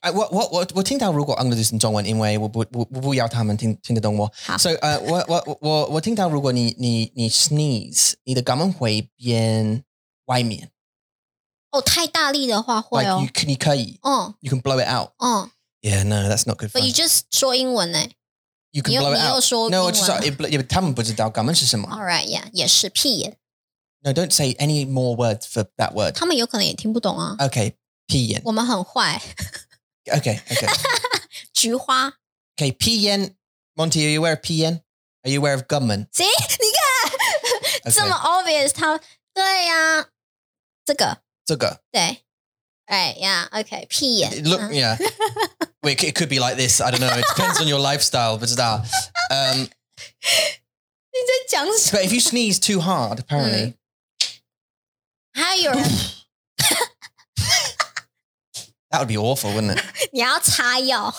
S3: I, 我我我我听到，如果 I'm gonna do some 中文，因为我不我我不要他们听听得懂我
S2: 好。
S3: 所以呃，我我我我听到，如果你你你 sneeze，你的肛门会变外面
S2: 哦，太大力的话会
S3: ，like
S2: 哦
S3: you，can- 你可以
S2: 嗯
S3: you can blow it out。
S2: 嗯
S3: Yeah, no, that's not good.
S2: ，but you
S3: Fun.
S2: just 说英文呢
S3: You
S2: 你
S3: can
S2: 又
S3: blow it
S2: 你又
S3: out.
S2: 说
S3: No, 我
S2: 英
S3: 知
S2: 文
S3: 道，it- 他们不知道肛门是什么。
S2: ，All right yeah，也是屁眼。
S3: No, don't say any more words for that word.
S2: 他们有可能也听不懂啊。
S3: Okay, 屁眼。
S2: 我们很坏，
S3: Okay, okay.
S2: 菊花。
S3: Okay, PN. Monty, are you aware of PN? Are you aware of gunman?
S2: 谁？你看
S3: Okay.
S2: 这么 obvious，他对呀、这个
S3: Zugger.
S2: 对，哎呀，OK，屁眼。
S3: Look,
S2: 嗯
S3: yeah. Well, it c- it could be like this. I don't know. It depends on your lifestyle, but, um, but
S2: 你在讲 什么？
S3: if you sneeze too hard, apparently,
S2: 还有人
S3: that would be awful, wouldn't it?
S2: 你要擦药，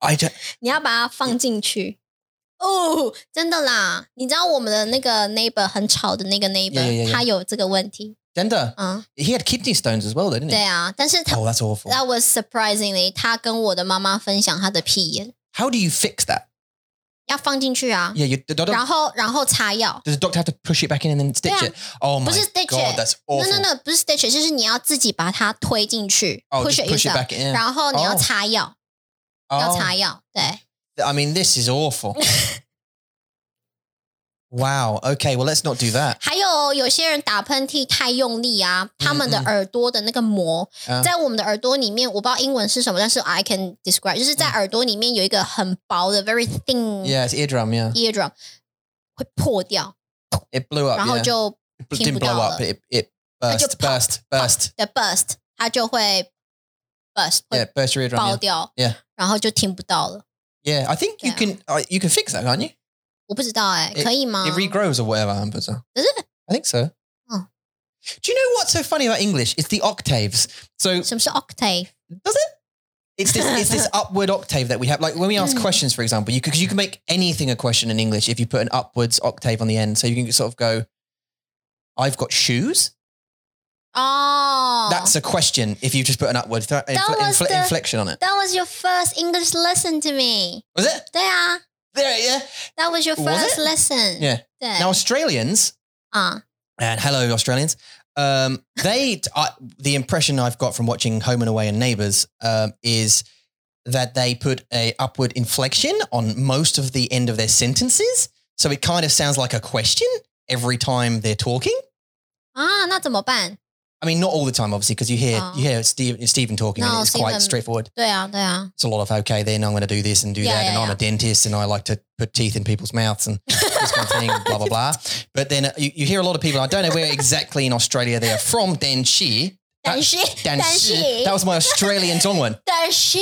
S3: I don't,
S2: 你要把它放进去。哦，真的啦！你知道我们的那个 neighbor 很吵的那个 neighbor，、
S3: Yeah, yeah, yeah.
S2: 他有这个问题。
S3: gender.
S2: 嗯，
S3: He had kidney stones as well, though, didn't he?
S2: 对啊，但是他、
S3: Oh, that's awful.
S2: that was surprisingly，他跟我的妈妈分享他的屁眼
S3: How do you fix that?
S2: 要放进去啊，
S3: Yeah, you, the doctor,
S2: 然后然后擦药。
S3: does the doctor have to push it back in and then stitch
S2: Yeah.
S3: it? Oh my
S2: Push it, stitch
S3: god,
S2: it.
S3: that's
S2: No
S3: awful.
S2: no no，不是 stitch，就是你要自己把它推进去、
S3: Oh,
S2: push
S3: just
S2: it
S3: push it
S2: yourself，
S3: back 哦 in.
S2: 然后你要擦药，要
S3: Oh,
S2: 擦药，对，
S3: I mean, this is awful. Wow. Okay. Well, let's not do that.
S2: 还有有些人打喷嚏太用力啊，他们的
S3: 嗯
S2: 耳朵的那个膜，
S3: 啊
S2: 在我们的耳朵里面，我不知道英文是什么，但是 I can describe，就是在耳朵里面有一个很薄的 very thin
S3: 嗯 Yeah, it's eardrum. Yeah,
S2: eardrum 会破掉，
S3: it blew up.
S2: 然后
S3: 哦 Yeah.
S2: 就
S3: It
S2: 听不
S3: didn't blow
S2: 到
S3: up.
S2: 了
S3: It it
S2: 就
S3: burst,
S2: pop,
S3: burst, burst.
S2: the burst，它就会 burst
S3: Yeah,
S2: 会
S3: burst your eardrum.
S2: 爆
S3: Yeah.
S2: 掉
S3: Yeah.
S2: 然后就听不到了。
S3: Yeah, I think you
S2: Yeah.
S3: can uh, you can fix that, can't you?
S2: 我不知道哎、
S3: It-
S2: 可以吗
S3: It regrows or whatever happens. uh,
S2: Does it?
S3: I think so.
S2: Oh.
S3: Do you know what's so funny about English? It's the octaves. So
S2: 什么是 octave？
S3: does it? It's this it's this upward octave that we have. Like when we ask
S2: Mm.
S3: questions, for example, you because you can make anything a question in English if you put an upwards octave on the end. So you can sort of go, "I've got shoes."
S2: 哦、
S3: That's a question if you just put an upward th-
S2: That
S3: infl-
S2: was
S3: infl-
S2: the-
S3: inflection on it.
S2: That was your first English lesson to me。
S3: Was it?
S2: 对啊
S3: There, yeah.
S2: ，That was your
S3: Was
S2: first
S3: it?
S2: lesson。
S3: Yeah.
S2: 对
S3: Now Australians,
S2: 啊、
S3: and hello Australians, um, they I, the impression I've got from watching Home and Away and Neighbours um, is that they put a upward inflection on most of the end of their sentences, so it kind of sounds like a question every time they're talking.
S2: 啊，那怎么办？
S3: I mean, not all the time, obviously, because you hear
S2: Oh.
S3: you hear Steve, Stephen talking,
S2: No,
S3: and it's quite
S2: Stephen-
S3: straightforward.
S2: 对啊，对啊，
S3: It's a lot of okay, then I'm going to do this and do
S2: Yeah,
S3: that,
S2: yeah,
S3: and I'm
S2: yeah.
S3: a dentist, and I like to put teeth in people's mouths and this kind of thing, blah blah blah. But then uh, you, you hear a lot of people. I don't know where exactly in Australia they are from. Danshi,
S2: 但是但是
S3: Danshi. That was my Australian Dongwon.
S2: 但是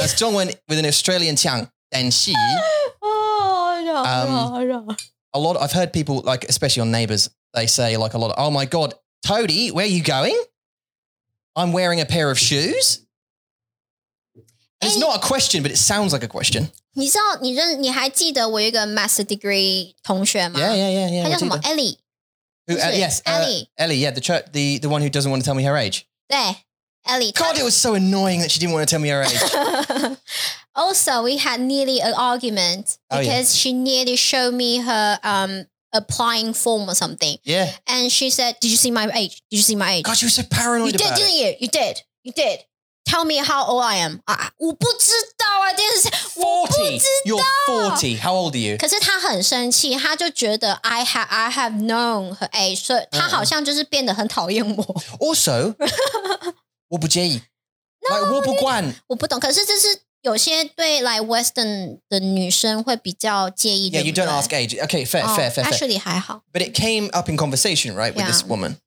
S3: That's Dongwon with an Australian tongue. Danshi.
S2: 哦，绕绕绕，
S3: A lot. I've heard people like, especially on Neighbours, they say like a lot. Of, oh my god, Toadie, where are you going? I'm wearing a pair of shoes. It's
S2: Any-
S3: not a question, but it sounds like a question.
S2: 你知道你认你还记得我有一个 master degree 同学吗
S3: Yeah, yeah, yeah, yeah.
S2: 他叫
S3: we'll do
S2: 什么
S3: that.
S2: Ellie？
S3: Who, uh,
S2: Sorry,
S3: yes, uh,
S2: Ellie.
S3: Ellie. Yeah, the church, the the one who doesn't want to tell me her age.
S2: 对，Ellie。
S3: God, it was so annoying that she didn't want to tell me her age.
S2: also, we had nearly an argument
S3: Oh, yeah.
S2: because she nearly showed me her um applying form or something,
S3: yeah.
S2: and she said, "Did you see my age? Did you see my age?
S3: God, she was so
S2: You
S3: paranoid
S2: did,
S3: about it.
S2: didn't you? You did. You did. Tell me how old I am. 啊，我不知道啊，电视
S3: Forty.
S2: 我不知
S3: You're forty. How old are you?
S2: 可是他很生气，他就觉得 I have I have known 和 A，所以
S3: Uh-huh。
S2: 他好像就是变得很讨厌我。
S3: Also, Wobuji. Like Wobuguan.
S2: 我不懂，可是这是有些对来 Western 的女生会比较介意。
S3: Yeah,
S2: 对
S3: you
S2: 不对
S3: don't ask age. Okay, fair,
S2: 哦
S3: fair, fair, fair.
S2: Actually 还好，
S3: But it came up in conversation, right, with this
S2: Yeah.
S3: woman.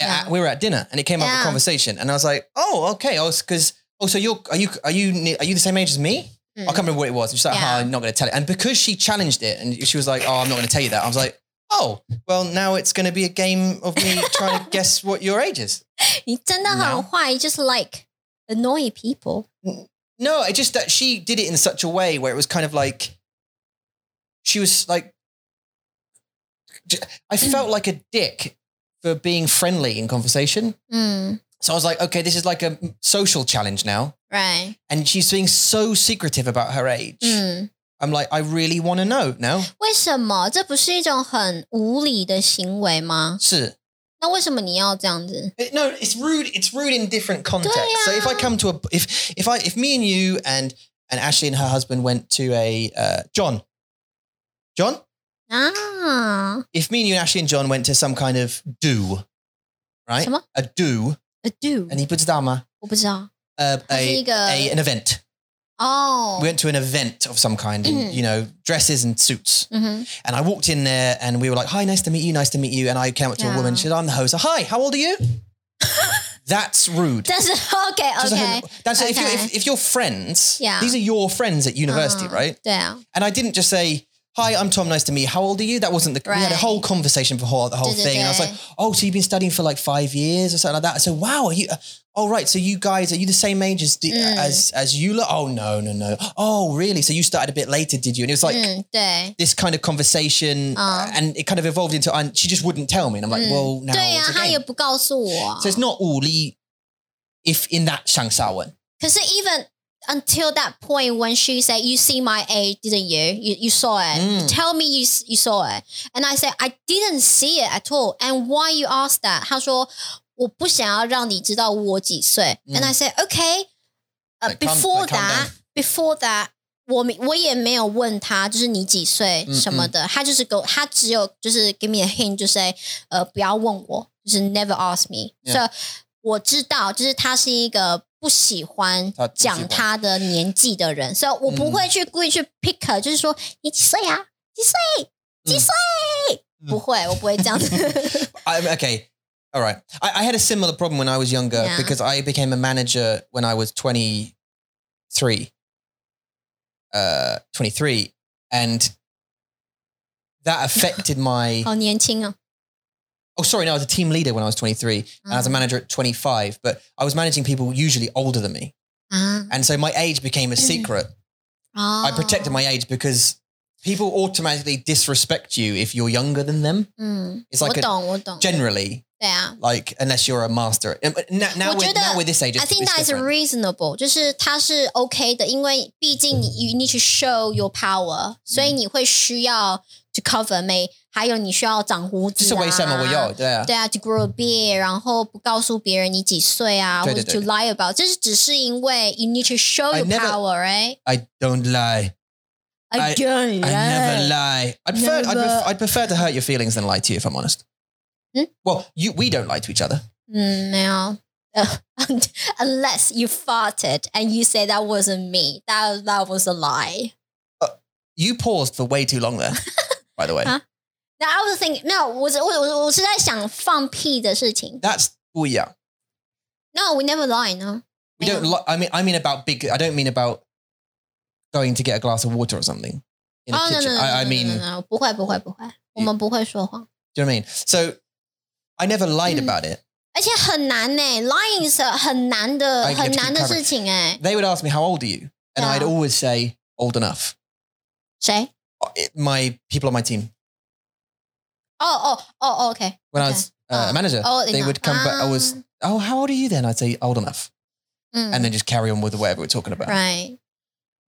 S2: Yeah.
S3: Uh, we were at dinner, and it came up in
S2: Yeah.
S3: conversation, and I was like, "Oh, okay." I was because oh, so you're are you are you ne- are you the same age as me? I can't remember what it was. And she's like,
S2: Mm. Yeah.
S3: oh, I'm not going to tell it. And because she challenged it and she was like, oh, I'm not going to tell you that. I was like, oh, well, now it's going to be a game of me trying to guess what your age is.
S2: 你真的很
S3: No
S2: 坏，就是 like annoy people。
S3: No, it just that she did it in such a way where it was kind of like, she was like, j- I felt like a dick for being friendly in conversation.
S2: 嗯
S3: So I was like, okay, this is like a social challenge now.
S2: ，right，
S3: And she's being so secretive about her age.
S2: 嗯，
S3: I'm like, I really want to know now.
S2: 为什么这不是一种很无理的行为吗？
S3: 是
S2: 那为什么你要这样子？
S3: It- no, it's rude. It's rude in different contexts.
S2: Yeah.
S3: So if I come to a if if I if me and you and and Ashley and her husband went to a uh, John, John,
S2: 啊
S3: if me and you and Ashley and John went to some kind of do, right?
S2: Some what?
S3: A do,
S2: ，a do，
S3: and he puts dama.
S2: 我不知道
S3: Uh, a,
S2: think, uh,
S3: a an event.
S2: 哦
S3: We。went to an event of some kind, and,
S2: Mhm.
S3: you know, dresses and suits.
S2: 嗯哼，
S3: And I walked in there, and we were like, "Hi, nice to meet you. Nice to meet you." And I came up to a
S2: Yeah.
S3: woman. She said, "I'm the host." I said, Hi, how old are you? That's rude.
S2: 但是 OK
S3: 就是很
S2: OK，
S3: 但是 if you
S2: okay.
S3: if, if you're friends,
S2: Yeah. Uh-huh.
S3: these are your friends at university, right?
S2: 对啊，
S3: And I didn't just say, "Hi, I'm Tom. Nice to meet you. How old are you?" That wasn't the we had a
S2: Right.
S3: whole conversation for whole, the whole
S2: Da, da,
S3: thing, and I was
S2: da.
S3: like, "Oh, so you've been studying for like five years or something like that?" I said, "Wow, are you?" Uh, oh, right. So you guys are you the same age as the
S2: Mm.
S3: as as you? Lo- oh no, no, no. Oh really? So you started a bit later, did you? And it was like.
S2: 嗯，对，
S3: This kind of conversation,
S2: Uh.
S3: and it kind of evolved into, and she just wouldn't tell me. And I'm like,
S2: 嗯
S3: well, now
S2: 对呀、
S3: it's a
S2: 他
S3: game."
S2: 也不告诉我啊
S3: So。it's not all Li if in that Shangsawan.
S2: 可是 even until that point when she said you see my age didn't you you you saw it
S3: Mm.
S2: You tell me you you saw it and I said I didn't see it at all and why you ask that 他说我不想要让你知道我几岁
S3: Mm.
S2: and I said okay uh,
S3: Like, calm-
S2: before
S3: like, calm
S2: that
S3: down.
S2: before that 我没我也没有问他，就是你几岁
S3: 嗯
S2: 什么的，他就是给我，他只有就是 give me a hint，就 say 呃不要问我，就是 never ask me。
S3: Yeah.
S2: 所以我知道，就是他是一个不喜欢
S3: 他不喜欢嗯
S2: 讲他的年纪的人，所以我不会去故意去 pick，her，就是说你几岁啊？几岁？几岁？
S3: 嗯
S2: 不会，我不会这样子。
S3: I'm okay. All right. I, I had a similar problem when I was younger
S2: Yeah.
S3: because I became a manager when I was 23. Uh, 23. And that affected my.
S2: 好年轻哦，
S3: Oh, sorry. No, I was a team leader when I was 23 and I was a
S2: Ah.
S3: manager at 25, but I was managing people usually older than me.
S2: 啊
S3: And so my age became a secret.
S2: 哦
S3: I protected my age because people automatically disrespect you if you're younger than them.
S2: 嗯，
S3: It's
S2: 我
S3: like a,
S2: 懂，我懂，
S3: generally.
S2: 对啊，
S3: like unless you're a master. And but now, now,
S2: Well,
S3: we're,
S2: do the-
S3: now we're this age. It's,
S2: I think
S3: it's
S2: that is
S3: different.
S2: reasonable，就是它是 OK 的，因为毕竟你 you need to show your power，、所以你会需要 to cover me，还有你需要长胡子、
S3: 就
S2: 啊，
S3: 是为什么我要对啊
S2: 对啊，to grow a beard，然后不告诉别人你几岁啊，
S3: 对
S2: 或
S3: 对
S2: 者
S3: 对
S2: to lie about，这是只是因为 you need to show
S3: I
S2: your
S3: never-
S2: power，right？
S3: I don't lie. I-
S2: Again,
S3: I never
S2: right?
S3: lie. I prefer, I'd,
S2: Never.
S3: pref- I'd prefer to hurt your feelings than lie to you, if I'm honest.
S2: Hmm?
S3: Well, you, we don't lie to each other.
S2: 嗯，没有。 呃 Unless you farted and you say that wasn't me, that that was a lie.
S3: You paused for way too long there, by the way.
S2: Huh? No, I was thinking. No，我是我我我是在想放屁的事情。
S3: That's, well, yeah.
S2: No, we never lie. No，
S3: We don't li- I mean, I mean about big, I don't mean about going to get a glass of water or something in the
S2: 哦 Oh, no
S3: kitchen.
S2: no no,
S3: I, I
S2: no, no,
S3: mean,
S2: no, no, no, 不会不会不会，我们不会说谎，
S3: do you know what I mean? So I never lied
S2: Mm.
S3: about it.
S2: 而且很难呢、Lying 是很难的
S3: I get
S2: 很
S3: to
S2: 难的
S3: cover it.
S2: 事情哎、
S3: They would ask me, how old are you? And
S2: Yeah.
S3: I'd always say, old enough.
S2: 谁？
S3: It- my people on my team.
S2: 哦哦哦哦，OK。
S3: when I was uh, a
S2: Oh,
S3: manager,
S2: old
S3: they
S2: enough. Um. Ah，
S3: would come back. I was, oh, how old are you then? I'd say old enough,
S2: 嗯
S3: and then just carry on with whatever we're talking about.
S2: Mm. right，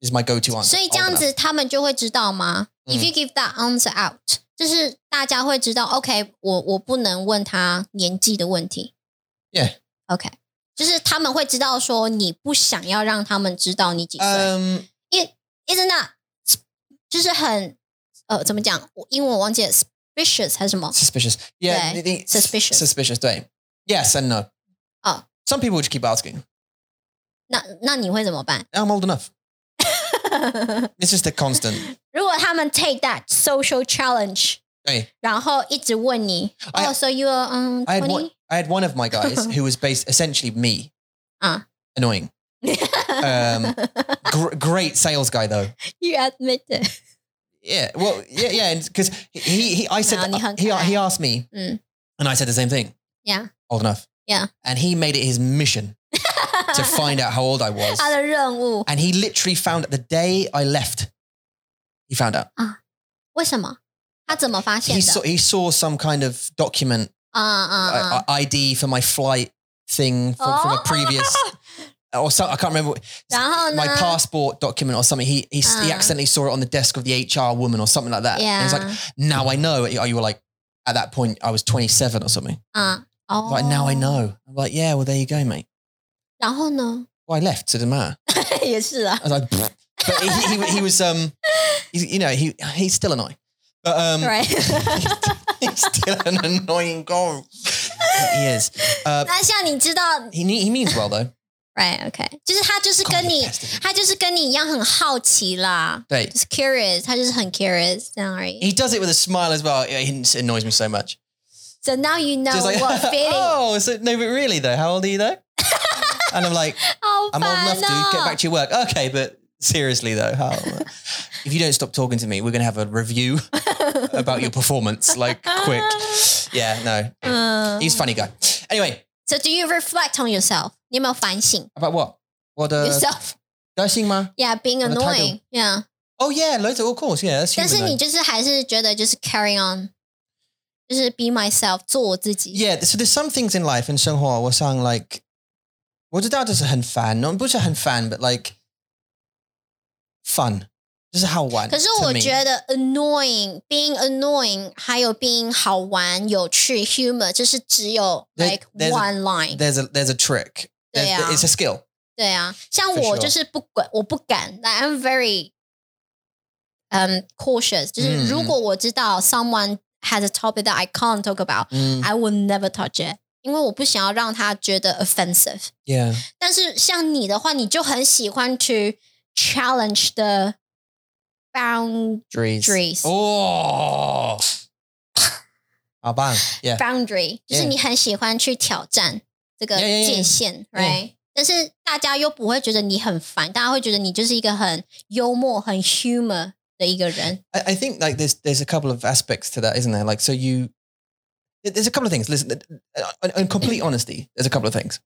S3: This is my go-to answer.
S2: 所以
S3: old
S2: 这样
S3: enough.
S2: 子他们就会知道吗、
S3: 嗯
S2: i f you give that answer out，就是大家会知道，OK，我我不能问他年纪的问题。
S3: Yeah.
S2: OK，就是他们会知道说你不想要让他们知道你几岁，
S3: Um,
S2: isn't that 就是很呃怎么讲？我英文我忘记了，suspicious 还是什么？
S3: suspicious. Yeah,
S2: oh.
S3: the-
S2: Yeah,
S3: the-
S2: suspicious.
S3: Suspicious. Don't. Yes and no.
S2: Oh.
S3: Some people just keep asking.
S2: 那那你会怎么办？
S3: I'm old enough. It's just a constant.
S2: 如果他们 take that social challenge，
S3: Hey,
S2: 然后一直问你，
S3: I-
S2: 哦、s o you are 嗯
S3: I had one.
S2: twenty
S3: I had one of my guys who was based essentially me.
S2: Ah.
S3: Annoying. Um, Gr- great sales guy though.
S2: you admit it，
S3: Yeah. Well, yeah, yeah. Because he, he, I said,
S2: No,
S3: that,
S2: Nihon
S3: he,
S2: Kai.
S3: he asked me,
S2: Mm.
S3: and I said the same thing.
S2: Yeah.
S3: Old enough.
S2: Yeah.
S3: And he made it his mission to find out how old I was.
S2: 他的任务
S3: And he literally found out the day I left. He found out.
S2: 为什么？他怎么发现
S3: He saw,
S2: 的？
S3: he saw some kind of document, uh,
S2: 啊啊啊！
S3: I- I- ID for my flight thing from, from a previous,
S2: Oh.
S3: or some, I can't remember, what-
S2: 哦然后呢
S3: my passport document or something. He, he, s he
S2: Ah.
S3: accidentally saw it on the desk of the HR woman or something like that. And he's like,
S2: Yeah.
S3: now I know. Oh, You were like, at that point, I was 27 or something.
S2: 啊哦，
S3: Like, now I know. I'm like, yeah, well, there you go, mate.
S2: 然后呢？
S3: Well, I left, so it didn't matter.
S2: 也是啊
S3: I was like, "Pfft." but he, he, he was, um, he's, you know, he he's still annoying. But um,
S2: ，right。
S3: he's still an annoying guy. he is. Uh,
S2: 那像你 知道
S3: he, ne- he means well, though.
S2: Right, OK，就是他就是跟
S3: God,
S2: 你
S3: detest him.，
S2: 他就是跟你一样很好奇啦，
S3: 对
S2: 就是 curious，他就是很 curious 这样而已。
S3: He does it with a smile as well. It annoys me so much.
S2: So now you know
S3: Just like,
S2: what feeling，
S3: oh, so, no, but really, though, how old are you, though? and I'm like,
S2: 好
S3: Oh, I'm old
S2: 烦
S3: enough, dude. Get back
S2: 哦。
S3: to your work. Okay, but seriously though, how, if you don't stop talking to me, we're gonna have a review about your performance, like quick. Yeah, no,
S2: 嗯
S3: he's a funny guy. Anyway,
S2: ，So do you reflect on yourself？你有没有反省
S3: about what? What? Uh,
S2: yourself？Yeah,
S3: Yourself.
S2: being
S3: on the title.
S2: annoying. Yeah，
S3: Oh yeah, loads of all course. Yeah, that's
S2: 但
S3: human.
S2: 是你
S3: though.
S2: 就是还是觉得就是 carry on，就是 be myself，做我自己。
S3: Yeah, so there's some things in life in Shenghua were saying like, what did that just a fan? Not just a fan, but like fun. Just how one.
S2: 可是我觉得 annoying、being annoying，还有 being 好玩、有趣、humor，就是只有
S3: There-
S2: like
S3: there's a-
S2: one line。
S3: there's a there's a trick. There's-
S2: Yeah.
S3: It's a skill.
S2: 对啊，像
S3: For
S2: 我
S3: sure.
S2: 就是不管，我不敢。Like, I'm very um cautious，就是
S3: 嗯
S2: 如果我知道 someone has a topic that I can't talk about，
S3: Mm,
S2: I will never touch it，因为我不想要让他觉得 offensive。
S3: yeah.
S2: 但是像你的话，你就很喜欢去 challenge the bound
S3: Drees.
S2: Drees.
S3: Oh. Abang. Yeah.
S2: boundary，就是你很喜欢去挑战这个
S3: Yeah, yeah, 嗯 yeah.
S2: 界限
S3: Yeah.
S2: right？但是大家又不会觉得你很烦，大家会觉得你就是一个很幽默、很 humor 的一个人。
S3: I, I think like there's there's a couple of aspects to that, isn't there? Like so you there's a couple of things. Listen, uh, in, in complete honesty, there's a couple of things.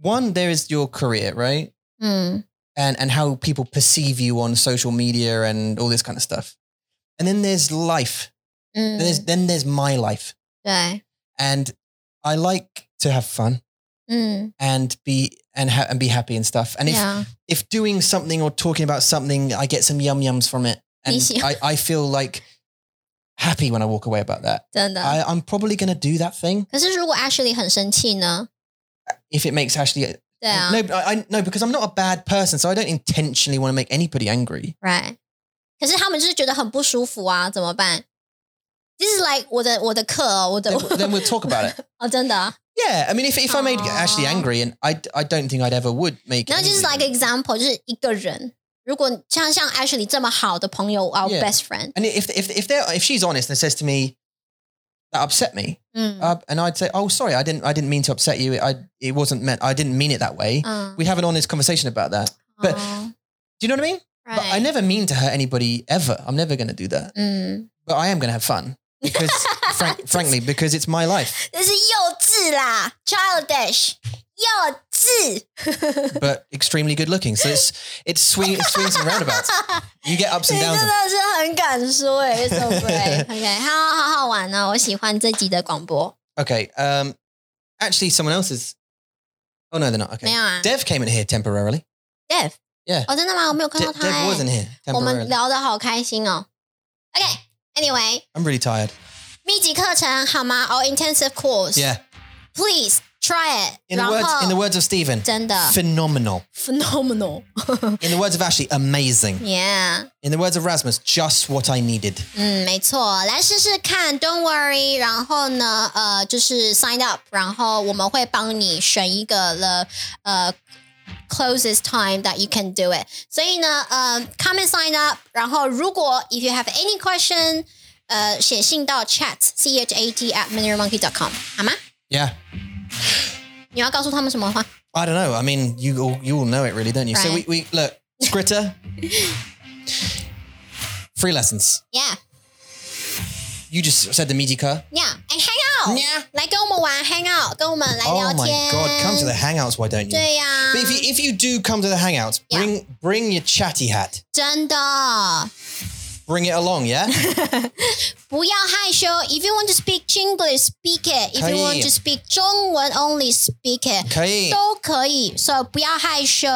S3: One, there is your career, right?
S2: 嗯
S3: and and how people perceive you on social media and all this kind of stuff. And then there's life. Then there's
S2: 嗯，
S3: then there's my life.
S2: 对，
S3: And I like to have fun
S2: 嗯，
S3: and be and ha- and be happy and stuff. And if
S2: 对啊，
S3: if doing something or talking about something, I get some yum yums from it, and
S2: Yes, yeah.
S3: I, I feel like happy when I walk away about that.
S2: 真的。
S3: I, I'm probably going to do that thing
S2: 可是如果 Ashley 很生气呢？
S3: if it makes Ashley.
S2: 对啊
S3: No, I, I no because I'm not a bad person, so I don't intentionally want to make anybody angry.
S2: ，right？可是他们就是觉得很不舒服啊，怎么办？This is like 我的我的课哦，我的
S3: Then, then we'll talk about it.
S2: 哦，真的。
S3: Yeah, I mean, if, if I made Ashley
S2: Aw.
S3: angry, and I, I don't think I'd ever would make.
S2: 然后就是 like
S3: anybody-
S2: example，就是一个人，如果像像 Ashley 这么好的朋友，our
S3: Yeah.
S2: best friend，
S3: and if if if they if she's honest and says to me that upset me,
S2: 嗯
S3: uh, and I'd say, oh, sorry, I didn't I didn't mean to upset you. I it wasn't meant. I didn't mean it that way.
S2: 嗯哦
S3: We have an honest conversation about that. but- Do you know what I mean?
S2: right,
S3: But I never mean to hurt anybody ever. I'm never going to do that.
S2: 嗯，
S3: But I am going to have fun because, frank, frankly, because it's my life.
S2: 这是幼稚啦，childish，幼稚，
S3: But extremely good looking, so it's it's swing, it swings and roundabouts. You get ups
S2: 你
S3: and
S2: 真
S3: downs.
S2: 的是很敢说哎、欸、，so great，OK，、好好好玩哦，我喜欢这集的广播，
S3: Okay. Um, actually, someone else's. Oh no, they're not.
S2: 没
S3: Okay.
S2: 有啊
S3: Dev came in here temporarily.
S2: ，Dev，
S3: Yeah
S2: 哦，真的吗？我没有看
S3: De-
S2: 到
S3: Dev
S2: 他、欸，
S3: was in here
S2: 我们
S3: temporarily.
S2: 聊得好开心哦，OK，Anyway，、
S3: I'm really tired.
S2: 密集课程好吗？Or intensive course，
S3: Yeah.
S2: please try it.
S3: In the
S2: 然后
S3: words, in the words of Stephen,
S2: 真的
S3: phenomenal.
S2: phenomenal.
S3: In the words of Ashley, amazing.
S2: yeah，
S3: In the words of Rasmus, just what I needed.
S2: 嗯，没错，来试试看，Don't worry。然后呢，呃，就是 sign up，然后我们会帮你选一个了，呃。Closest time that you can do it，所以呢，呃，come and sign up。然后，如果 if you have any question，呃，写信到 chat c h a t at mineralmonkey.com 好吗？
S3: Yeah.
S2: 你要告诉他们什么话？
S3: I don't know. I mean, you all you all know it, really, don't you? So we,
S2: Right.
S3: we look Scritter. free lessons.
S2: Yeah,
S3: You just said the Medica.
S2: yeah, and hang out.
S3: Yeah.
S2: 来跟我们玩 hang out，跟我们来
S3: Oh
S2: 聊
S3: my
S2: 天。
S3: god! Come to the hangouts, why don't you?
S2: 对呀、
S3: But if you, if you do come to the hangouts,
S2: Yeah.
S3: bring bring your chatty hat.
S2: 真的
S3: Bring it along, yeah?
S2: 不要害羞。If you want to speak English, speak it. If
S3: 可
S2: you
S3: 以
S2: want to speak 中文 only, speak it.
S3: 可以
S2: 都可以。So 不要害羞，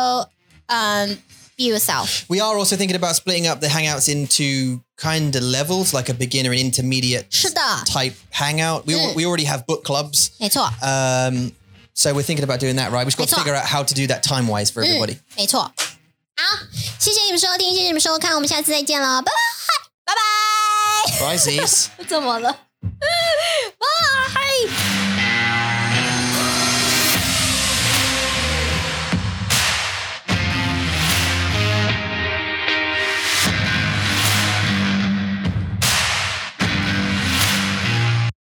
S2: 嗯、b e yourself.
S3: we are also thinking about splitting up the hangouts into kind of levels, like a beginner and intermediate
S2: 是的，
S3: type hangout. We, al-
S2: Mm.
S3: we already have book clubs.
S2: 没错，
S3: Um, so we're thinking about doing that, right? We've got to
S2: That's all.
S3: figure out how to do that time wise
S2: Hmm.
S3: for everybody.
S2: 嗯没错。好，谢谢你们收听，谢谢你们收看，我们下次再见了，拜拜，拜拜。
S3: Bye, Z's.
S2: 怎么了？